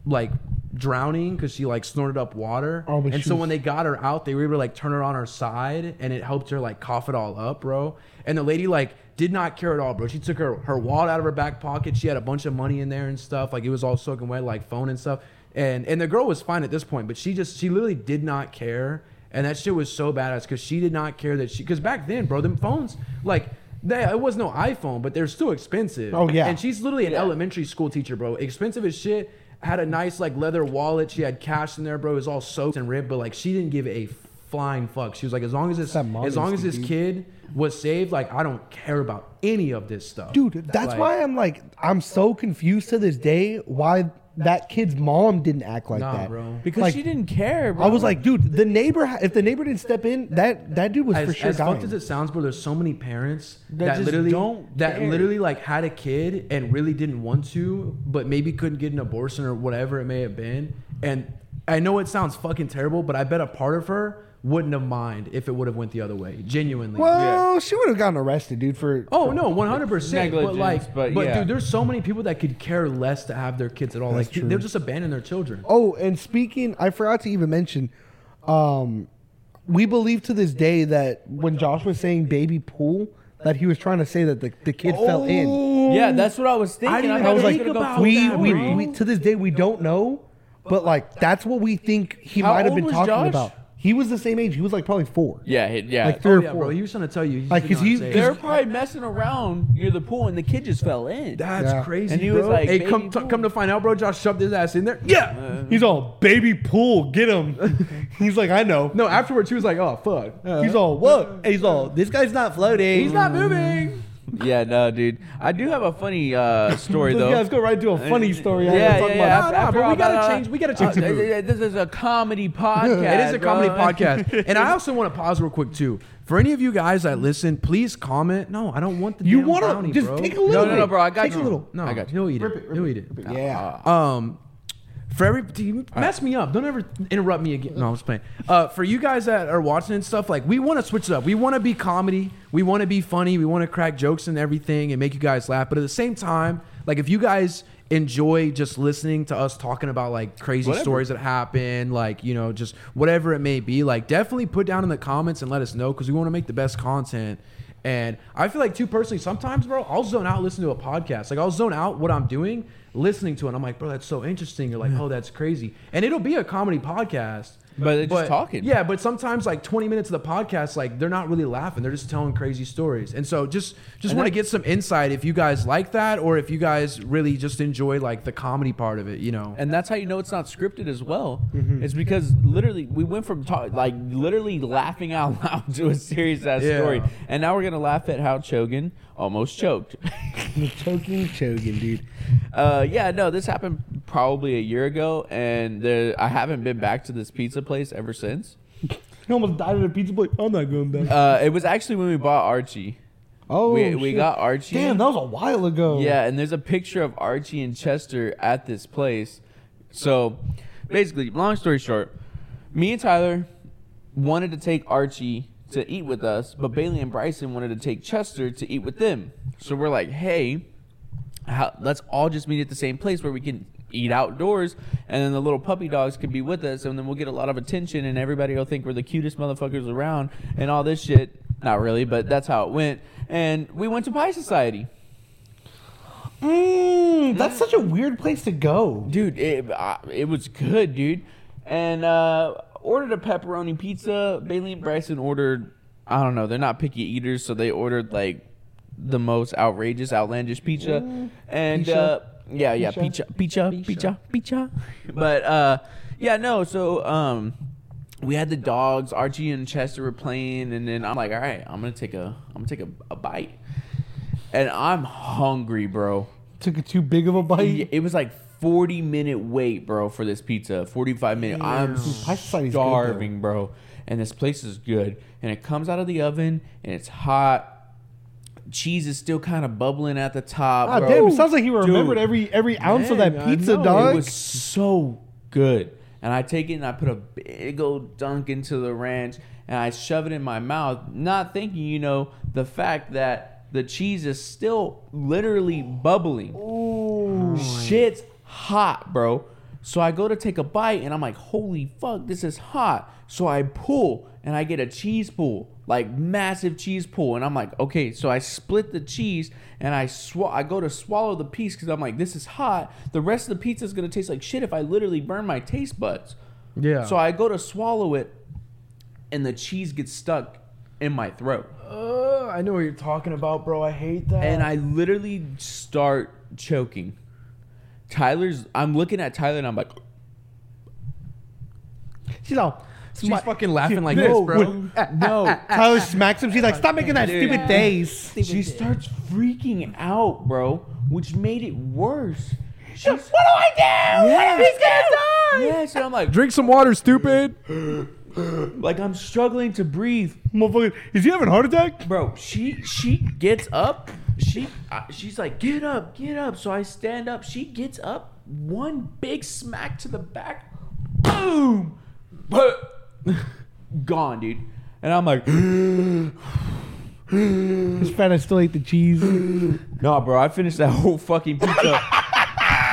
Speaker 1: like drowning because she like snorted up water.
Speaker 2: Oh, but
Speaker 1: and
Speaker 2: she
Speaker 1: so
Speaker 2: was-
Speaker 1: when they got her out, they were able to like turn her on her side and it helped her like cough it all up, bro. And the lady like did not care at all, bro. She took her her wallet out of her back pocket. She had a bunch of money in there and stuff. Like it was all soaking wet, like phone and stuff. And and the girl was fine at this point, but she just she literally did not care. And that shit was so badass because she did not care that she because back then, bro, them phones like they, it was no iPhone, but they're still expensive.
Speaker 2: Oh, yeah.
Speaker 1: and she's literally an elementary school teacher, bro. Expensive as shit. Had a nice like leather wallet. She had cash in there, bro. It was all soaked and ripped, but like she didn't give a flying fuck. She was like, as long as this,
Speaker 2: That
Speaker 1: as long as this
Speaker 2: modesty, dude.
Speaker 1: kid was saved, like I don't care about any of this stuff,
Speaker 2: Dude, that's
Speaker 1: Like,
Speaker 2: why I'm like, I'm so confused to this day why that kid's mom didn't act like
Speaker 1: Nah,
Speaker 2: that.
Speaker 1: bro.
Speaker 3: Because
Speaker 2: Like,
Speaker 3: she didn't care, bro.
Speaker 2: I was like, dude, the neighbor. ha- If the neighbor didn't step in, that that dude was
Speaker 1: As,
Speaker 2: for sure
Speaker 1: as
Speaker 2: dying.
Speaker 1: fucked as it sounds, bro, there's so many parents
Speaker 3: That
Speaker 1: that,
Speaker 3: just
Speaker 1: literally
Speaker 3: don't
Speaker 1: that
Speaker 3: care.
Speaker 1: literally like had a kid and really didn't want to, but maybe couldn't get an abortion or whatever it may have been. And I know it sounds fucking terrible, but I bet a part of her wouldn't have mind if it would have went the other way. Genuinely.
Speaker 2: well, she would have gotten arrested, dude, for
Speaker 1: Oh no, one hundred percent. But
Speaker 3: Negligence,
Speaker 1: like,
Speaker 3: but
Speaker 1: but,
Speaker 3: yeah.
Speaker 1: dude, there's so many people that could care less to have their kids at all.
Speaker 2: That's
Speaker 1: like,
Speaker 2: true.
Speaker 1: they'll just abandon their children.
Speaker 2: Oh, and speaking, I forgot to even mention, um, we believe to this day that when Josh was saying baby pool, that he was trying to say that the, the kid fell in.
Speaker 3: yeah, that's what I was thinking.
Speaker 1: didn't even
Speaker 3: thought
Speaker 2: I was
Speaker 3: she
Speaker 2: like,
Speaker 3: could've gone
Speaker 1: about
Speaker 3: full
Speaker 2: we,
Speaker 1: that,
Speaker 2: we,
Speaker 1: bro.
Speaker 2: we, to this day, we don't know, but like, that's what we think he
Speaker 3: How
Speaker 2: might have
Speaker 3: old
Speaker 2: been
Speaker 3: was
Speaker 2: talking
Speaker 3: Josh?
Speaker 2: about. He was the same age. He was like probably four.
Speaker 3: Yeah, he- yeah.
Speaker 2: Like three or
Speaker 1: Oh, yeah,
Speaker 2: four.
Speaker 1: bro. He was trying to tell you.
Speaker 2: Like, 'cause he-
Speaker 1: did
Speaker 3: they
Speaker 1: not
Speaker 3: were
Speaker 1: say.
Speaker 3: probably messing around near the pool, and the kid just fell in.
Speaker 1: That's
Speaker 2: Yeah.
Speaker 1: crazy,
Speaker 3: And he
Speaker 1: bro.
Speaker 3: was like,
Speaker 1: hey,
Speaker 3: baby,
Speaker 1: come t-
Speaker 3: boom.
Speaker 1: come to find out, bro. Josh shoved his ass in there. Yeah.
Speaker 2: He's all, baby pool, get him. He's like, I know.
Speaker 1: no, afterwards he was like, oh fuck. Uh,
Speaker 2: He's all, what? He's all, this guy's not floating.
Speaker 1: he's not moving.
Speaker 3: yeah, no, dude. I do have a funny uh, story
Speaker 2: Let's-
Speaker 3: though. Uh,
Speaker 2: yeah, let's go right to a funny story. I
Speaker 3: Yeah,
Speaker 2: gotta talk
Speaker 3: yeah, yeah.
Speaker 1: Nah,
Speaker 2: about-
Speaker 1: nah,
Speaker 3: After
Speaker 1: but
Speaker 3: all
Speaker 1: we gotta
Speaker 3: that,
Speaker 1: change- we gotta change the mood.
Speaker 3: uh, This is a comedy podcast.
Speaker 1: It is a comedy
Speaker 3: bro.
Speaker 1: podcast, and I also want to pause real quick too. For any of you guys that listen, please comment. No, I don't want the
Speaker 2: You
Speaker 1: damn
Speaker 2: wanna-
Speaker 1: brownie,
Speaker 2: just
Speaker 1: bro.
Speaker 2: take a
Speaker 3: No,
Speaker 2: little
Speaker 3: no, no,
Speaker 2: bit.
Speaker 3: bro. I got
Speaker 2: Take
Speaker 3: you.
Speaker 2: a little.
Speaker 1: No,
Speaker 3: I got you.
Speaker 1: he'll eat it.
Speaker 2: Rip it, rip
Speaker 1: he'll eat
Speaker 2: it,
Speaker 1: it.
Speaker 2: Yeah.
Speaker 1: Um, for every team, mess me up. Don't ever interrupt me again. No, I'm just playing. Uh, for you guys that are watching and stuff, like we want to switch it up. We want to be comedy. We want to be funny. We want to crack jokes and everything and make you guys laugh. But at the same time, like if you guys enjoy just listening to us talking about like crazy
Speaker 3: Whatever.
Speaker 1: stories that happen, like you know, just whatever it may be, like definitely put down in the comments and let us know because we want to make the best content. And I feel like too personally, sometimes, bro, I'll zone out listening to a podcast. Like I'll zone out what I'm doing, listening to it. And I'm like, bro, that's so interesting. You're like, oh, that's crazy. And it'll be a comedy podcast.
Speaker 3: But they're just talking.
Speaker 1: Yeah, but sometimes like 20 minutes of the podcast, like they're not really laughing. They're just telling crazy stories. And so just just want to get some insight if you guys like that or if you guys really just enjoy like the comedy part of it, you know.
Speaker 3: and that's how you know it's not scripted as well.
Speaker 1: Mm-hmm.
Speaker 3: It's because literally we went from ta- like literally laughing out loud to a serious ass
Speaker 1: Yeah.
Speaker 3: story, and now we're gonna laugh at how Chogan almost choked.
Speaker 2: choking, choking, dude.
Speaker 3: uh, yeah, no, this happened probably a year ago, and there, I haven't been back to this pizza place ever since.
Speaker 2: He almost died at a pizza place. I'm not going back.
Speaker 3: Uh, it was actually when we bought Archie.
Speaker 2: oh,
Speaker 3: we, we
Speaker 2: shit.
Speaker 3: got Archie.
Speaker 2: Damn, that was a while ago.
Speaker 3: Yeah, and there's a picture of Archie and Chester at this place. So, basically, long story short, me and Tyler wanted to take Archie to eat with us, but Bailey and Bryson wanted to take Chester to eat with them. So we're like, hey, how, let's all just meet at the same place where we can eat outdoors, and then the little puppy dogs can be with us, and then we'll get a lot of attention, and everybody will think we're the cutest motherfuckers around, and all this shit. Not really, but that's how it went. And we went to Pie Society.
Speaker 2: Mm, that's such a weird place to go.
Speaker 3: dude it, uh, it was good dude and uh ordered a pepperoni pizza bailey and bryson ordered i don't know they're not picky eaters so they ordered like the most outrageous outlandish pizza and
Speaker 2: Mm. Pizza?
Speaker 3: uh yeah yeah pizza
Speaker 2: Pizza?
Speaker 3: pizza pizza pizza but uh yeah no so um we had the dogs. Archie and Chester were playing, and then I'm like, all right, I'm gonna take a, I'm gonna take a, a bite, and I'm hungry, bro.
Speaker 2: Took it too big of a bite.
Speaker 3: Yeah, It was like 40 minute wait, bro, for this pizza. 45 minute. I'm
Speaker 2: Pie society's good, though.
Speaker 3: starving, bro. And this place is good. And it comes out of the oven and it's hot. Cheese is still kind of bubbling at the top.
Speaker 2: Ah,
Speaker 3: bro.
Speaker 2: damn! It sounds like he remembered
Speaker 3: Dude.
Speaker 2: every every ounce of
Speaker 1: Dang,
Speaker 2: that
Speaker 1: I
Speaker 2: pizza,
Speaker 1: know.
Speaker 2: dog.
Speaker 3: It was so good. And I take it and I put a big old dunk into the ranch and I shove it in my mouth, not thinking, you know, the fact that the cheese is still literally bubbling. Shit's hot, bro. So I go to take a bite and I'm like, holy fuck, this is hot. So I pull and I get a cheese pull, like massive cheese pull. And I'm like, okay, so I split the cheese and I sw- I go to swallow the piece because I'm like, this is hot. The rest of the pizza is gonna taste like shit if I literally burn my taste buds.
Speaker 1: Yeah.
Speaker 3: So I go to swallow it and the cheese gets stuck in my throat.
Speaker 1: Uh, I know what you're talking about, bro. I hate that.
Speaker 3: And I literally start choking. Tyler's. I'm looking at Tyler and I'm like,
Speaker 2: She's all.
Speaker 1: she's
Speaker 2: "My-
Speaker 1: fucking laughing like this,
Speaker 2: No,
Speaker 1: bro.
Speaker 2: wait.
Speaker 3: no.
Speaker 2: Tyler smacks him. She's like, "Stop making that
Speaker 3: Dude.
Speaker 2: stupid face."
Speaker 3: she starts freaking out, bro, which made it worse. She's, what do
Speaker 2: I do?
Speaker 3: Yeah. He's gonna die. Yes, and I'm like,
Speaker 1: Drink some water, stupid.
Speaker 3: like I'm struggling to breathe,
Speaker 2: Motherfucker, is he having a heart attack?
Speaker 3: bro. She she gets up. She I- she's like, get up, get up. So I stand up. She gets up. One big smack to the back. Boom. But gone, dude. And I'm like.
Speaker 2: This fat I still ate the cheese.
Speaker 3: No, bro, I finished that whole fucking pizza.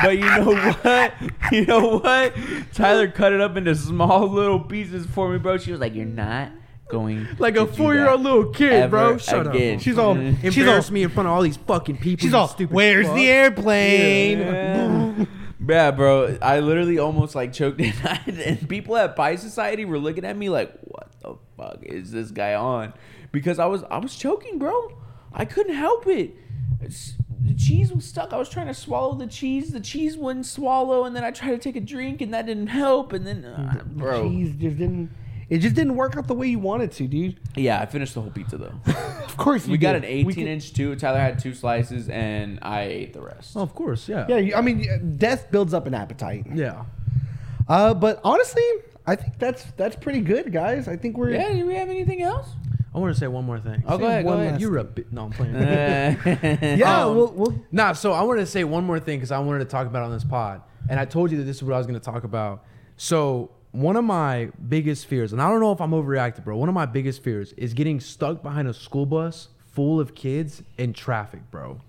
Speaker 3: but you know what? You know what? Tyler cut it up into small little pieces for me, bro. She was like, "You're not going
Speaker 1: Like
Speaker 3: to
Speaker 1: a
Speaker 3: do that
Speaker 1: four-year-old little kid, bro.
Speaker 3: ever
Speaker 1: Shut
Speaker 3: again."
Speaker 1: up.
Speaker 2: She's all.
Speaker 1: Embarrass
Speaker 2: She's all.
Speaker 1: me in front of all these fucking people.
Speaker 2: She's
Speaker 1: you
Speaker 2: all.
Speaker 1: stupid
Speaker 2: Where's
Speaker 1: fuck."
Speaker 2: the airplane?
Speaker 3: Yeah. Yeah, bro. I literally almost like choked at night, and people at Pie Society were looking at me like, "What the fuck is this guy on?" Because I was I was choking, bro. I couldn't help it. It's- the cheese was stuck. I was trying to swallow the cheese. The cheese wouldn't swallow, and then I tried to take a drink, and that didn't help. And then, uh, bro,
Speaker 2: Cheese just didn't. It just didn't work out the way you wanted to, dude.
Speaker 3: yeah, I finished the whole pizza though.
Speaker 2: Of course you
Speaker 3: we got
Speaker 2: did.
Speaker 3: an 18
Speaker 2: could-
Speaker 3: inch too. Tyler had two slices, and I ate the rest.
Speaker 1: Oh,
Speaker 2: Oh,
Speaker 1: Of course, yeah.
Speaker 2: Yeah, you- I mean, death builds up an appetite.
Speaker 1: Yeah.
Speaker 2: Uh, but honestly, I think that's that's pretty good, guys. I think we're
Speaker 3: Yeah, do we have anything else?
Speaker 1: I want to say one more thing.
Speaker 3: Oh, go ahead, go
Speaker 1: One
Speaker 3: ahead.
Speaker 1: last- You're a bit. No, I'm playing.
Speaker 2: yeah.
Speaker 1: Um,
Speaker 2: we'll, we'll
Speaker 1: Nah, so I wanted to say one more thing because I wanted to talk about it on this pod, and I told you that this is what I was going to talk about. So one of my biggest fears, and I don't know if I'm overreacting, bro. One of my biggest fears is getting stuck behind a school bus full of kids in traffic, bro.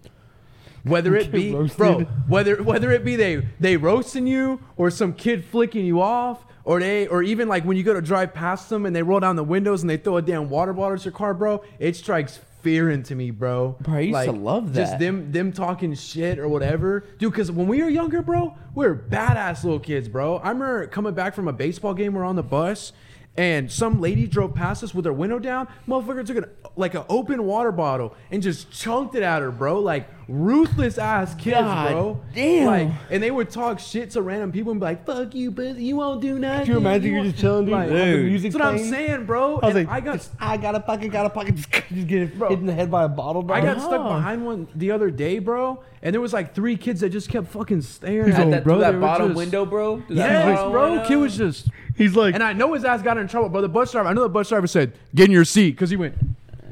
Speaker 1: Whether it be
Speaker 2: roasted.
Speaker 1: bro, whether whether it be they they roasting you or some kid flicking you off or they or even like when you go to drive past them and they roll down the windows and they throw a damn water bottle at your car, bro, it strikes fear into me, bro.
Speaker 3: Bro, I used to love
Speaker 1: Just
Speaker 3: that.
Speaker 1: them them talking shit or whatever, dude. Because when we were younger, bro, we were badass little kids, bro. I remember coming back from a baseball game. We're on the bus, and some lady drove past us with her window down. Motherfucker took an like an open water bottle and just chunked it at her, bro. Like ruthless ass kids,
Speaker 3: God
Speaker 1: bro.
Speaker 3: damn.
Speaker 1: Like, and they would talk shit to random people and be like, "Fuck you, but you won't do nothing."
Speaker 2: Could you imagine you're
Speaker 1: won't-"
Speaker 2: just chilling, dude?
Speaker 1: Like,
Speaker 2: with the
Speaker 3: Dude.
Speaker 2: music
Speaker 1: That's what I'm
Speaker 2: playing?
Speaker 1: saying, bro.
Speaker 2: I was
Speaker 1: And
Speaker 2: like,
Speaker 1: I got
Speaker 2: I got a pocket, got a pocket, just, just get hit, hit in the head by a bottle. Dog.
Speaker 1: I got
Speaker 3: Oh.
Speaker 1: stuck behind one the other day, bro, and there was like three kids that just kept fucking staring
Speaker 3: At
Speaker 1: at
Speaker 3: that,
Speaker 1: bro.
Speaker 3: through
Speaker 1: They
Speaker 3: that
Speaker 1: were
Speaker 3: bottom
Speaker 1: just-
Speaker 3: window, bro. Through that
Speaker 1: Yes,
Speaker 3: bottom
Speaker 1: bro.
Speaker 3: window.
Speaker 1: Kid was just,
Speaker 2: He's like,
Speaker 1: and I know his ass got in trouble, bro. The bus driver, I know the bus driver said, "Get in your seat," because he went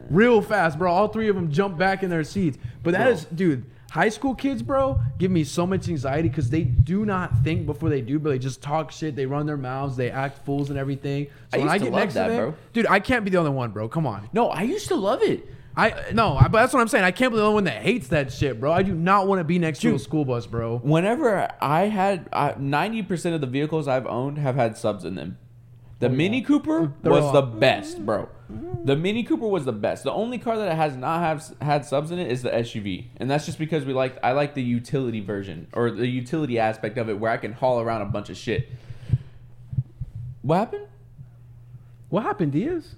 Speaker 1: real fast, bro. All three of them jumped back in their seats. But that
Speaker 3: Bro.
Speaker 1: is, dude, high school kids, bro, give me so much anxiety because they do not think before they do, but they just talk shit. They run their mouths, they act fools and everything. So
Speaker 3: I
Speaker 1: when
Speaker 3: used
Speaker 1: I
Speaker 3: to
Speaker 1: get
Speaker 3: love
Speaker 1: next
Speaker 3: that,
Speaker 1: to them,
Speaker 3: bro.
Speaker 1: dude, I can't be the only one, bro. Come on.
Speaker 3: No, I used to love it.
Speaker 1: I no, I, but that's what I'm saying. I can't be the only one that hates that shit, bro. I do not want to be next to a school bus, bro.
Speaker 3: Whenever I had ninety percent of the vehicles I've owned have had subs in them. The Mini Cooper was
Speaker 1: Oh, all-
Speaker 3: the best, bro. The Mini Cooper was the best. The only car that has not have had subs in it is the SUV, and that's just because we like I like the utility version or the utility aspect of it, where I can haul around a bunch of shit. What happened?
Speaker 1: What happened, Diaz?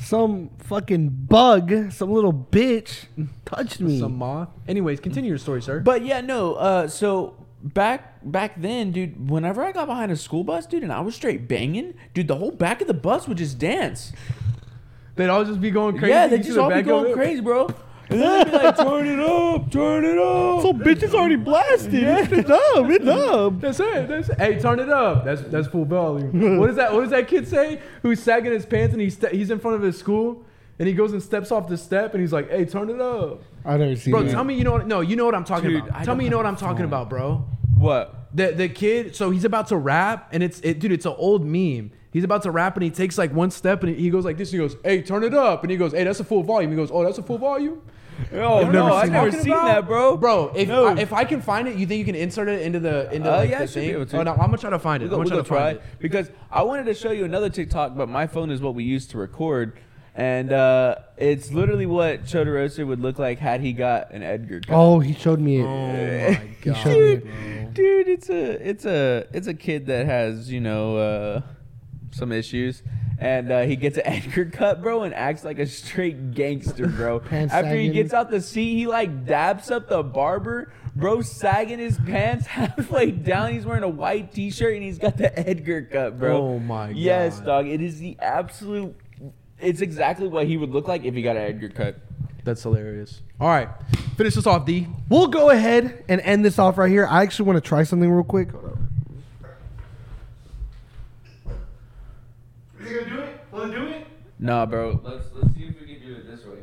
Speaker 2: some fucking bug, some little bitch touched me.
Speaker 1: Some moth. Anyways, continue your story, sir.
Speaker 3: But yeah, no. Uh, so back back then, dude, whenever I got behind a school bus, dude, and I was straight banging, dude, the whole back of the bus would just dance.
Speaker 1: They'd all just be going crazy.
Speaker 3: Yeah,
Speaker 1: You
Speaker 3: they
Speaker 1: see
Speaker 3: just
Speaker 1: the
Speaker 3: all be
Speaker 1: back of
Speaker 3: going
Speaker 1: it.
Speaker 3: crazy, bro. And then they'd be like, turn it up, turn it up.
Speaker 2: So bitch is already blasted. It's up. It's up.
Speaker 1: That's it. That's it. Hey, turn it up. That's that's full volume. what is that? What does that kid say? Who's sagging his pants and he's he's in front of his school and he goes and steps off the step and he's like, "Hey, turn it up,
Speaker 2: I never seen
Speaker 1: bro."
Speaker 2: that.
Speaker 1: Tell me you know what? No, you know what I'm talking
Speaker 3: Dude,
Speaker 1: about.
Speaker 3: I
Speaker 1: tell
Speaker 3: don't
Speaker 1: me you know
Speaker 3: have
Speaker 1: what
Speaker 3: a
Speaker 1: I'm talking
Speaker 3: phone.
Speaker 1: about, bro.
Speaker 3: what?
Speaker 1: The the kid. So he's about to rap and it's it, dude. It's an old meme. He's about to rap and he takes like one step and he goes like this. He goes, "Hey, turn it up," and he goes, "Hey, that's a full volume." He goes, "Oh, that's a full volume."
Speaker 3: Oh,
Speaker 1: You know
Speaker 3: no,
Speaker 1: what
Speaker 3: I've
Speaker 1: I'm
Speaker 3: never
Speaker 1: talking
Speaker 3: seen
Speaker 1: about?
Speaker 3: that, bro.
Speaker 1: Bro, if
Speaker 3: No.
Speaker 1: I, if I can find it, you think you can insert it into the into
Speaker 3: Uh,
Speaker 1: like,
Speaker 3: yeah, I
Speaker 1: the
Speaker 3: should be
Speaker 1: thing?
Speaker 3: able to.
Speaker 1: Oh, no, I'm gonna try to find it.
Speaker 3: We're gonna,
Speaker 1: I'm
Speaker 3: we're
Speaker 1: gonna
Speaker 3: gonna
Speaker 1: try to
Speaker 3: try
Speaker 1: find it.
Speaker 3: because I wanted to show you another TikTok, but my phone is what we use to record, and uh, it's literally what Chodorosa would look like had he got an Edgar. Cut.
Speaker 2: Oh, he showed me it.
Speaker 1: Oh my
Speaker 2: He showed me it.
Speaker 3: dude, dude, it's a it's a it's a kid that has you know uh, some issues. And uh, he gets an Edgar cut, bro, and acts like a straight gangster, bro.
Speaker 2: Pants
Speaker 3: After he
Speaker 2: sagging.
Speaker 3: gets out the seat, he like dabs up the barber, bro, sagging his pants halfway down. He's wearing a white T-shirt and he's got the Edgar cut, bro.
Speaker 1: Oh my
Speaker 3: Yes,
Speaker 1: God.
Speaker 3: dog. It is the absolute. It's exactly what he would look like if he got an Edgar cut.
Speaker 1: That's hilarious. All right, finish this off, D.
Speaker 2: We'll go ahead and end this off right here. I actually want to try something real quick. Hold on.
Speaker 3: Nah, bro. Let's let's see if we can do it this way.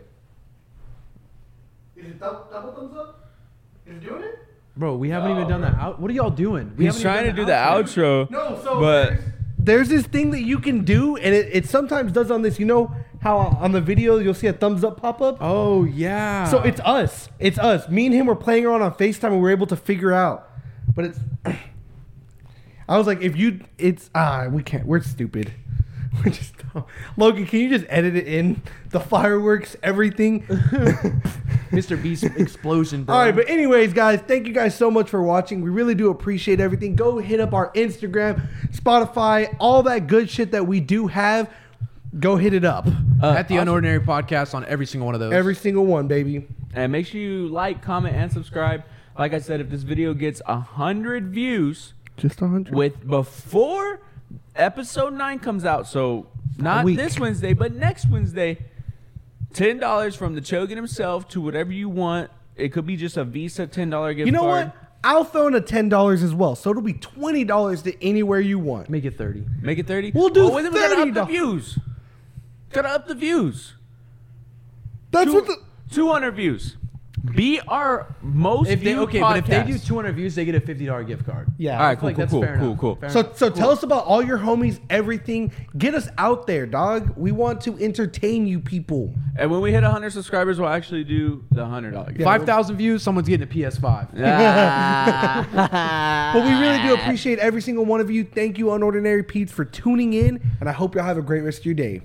Speaker 1: Bro, we haven't
Speaker 3: No,
Speaker 1: even done
Speaker 3: bro.
Speaker 1: that. Out- Uh, what are y'all doing? We
Speaker 3: He's
Speaker 1: haven't even
Speaker 3: trying to
Speaker 1: done
Speaker 3: do the outro.
Speaker 2: No, so
Speaker 3: but
Speaker 2: There's this thing that you can do, and it, it sometimes does on this. You know how on the video you'll see a thumbs up pop up?
Speaker 1: Oh yeah.
Speaker 2: So it's us. It's us. Me and him were playing around on FaceTime and we were able to figure out. But it's. I was like, if you. It's. Ah, we can't. We're stupid. We're just. dumb. Logan, can you just edit it in? The fireworks, everything.
Speaker 1: Mr. Beast explosion, bro.
Speaker 2: All right, but anyways, guys, thank you guys so much for watching. We really do appreciate everything. Go hit up our Instagram, Spotify, all that good shit that we do have. Go hit it up.
Speaker 1: Uh, at the Unordinary Podcast on every single one of those.
Speaker 2: Every single one, baby.
Speaker 3: and make sure you like, comment, and subscribe. Like I said, if this video gets a hundred views
Speaker 2: Just a hundred.
Speaker 3: with before episode nine comes out, so not
Speaker 2: week.
Speaker 3: this Wednesday, but next Wednesday, ten dollars from the Chogan himself to whatever you want. It could be just a Visa ten dollar gift
Speaker 2: You know
Speaker 3: card.
Speaker 2: what? I'll throw in a ten dollars as well, so it'll be twenty dollars to anywhere you want.
Speaker 1: make it thirty.
Speaker 3: Make it 30?
Speaker 2: We'll do
Speaker 3: wait a minute, we gotta up the
Speaker 2: $30.
Speaker 3: views. Gotta up the views.
Speaker 2: That's
Speaker 3: Two-
Speaker 2: what the
Speaker 3: 200 views. Be our most
Speaker 1: If they
Speaker 3: viewed
Speaker 1: okay, but if they do
Speaker 3: podcast.
Speaker 1: 200 views, they get a fifty dollar gift card.
Speaker 2: yeah.
Speaker 3: All right,
Speaker 1: I feel
Speaker 3: cool,
Speaker 1: like
Speaker 3: cool,
Speaker 1: that's
Speaker 3: cool,
Speaker 1: fair
Speaker 3: cool,
Speaker 1: enough.
Speaker 3: cool.
Speaker 1: Fair
Speaker 2: So
Speaker 1: enough.
Speaker 2: so tell us about all your homies, everything. Get us out there, dog. We want to entertain you people.
Speaker 3: And when we hit 100 subscribers, we'll actually do the $100 gift.
Speaker 1: five thousand views, someone's getting a PS5.
Speaker 3: Ah.
Speaker 2: But we really do appreciate every single one of you. Thank you, Unordinary Pete's, for tuning in, and I hope y'all have a great rest of your day.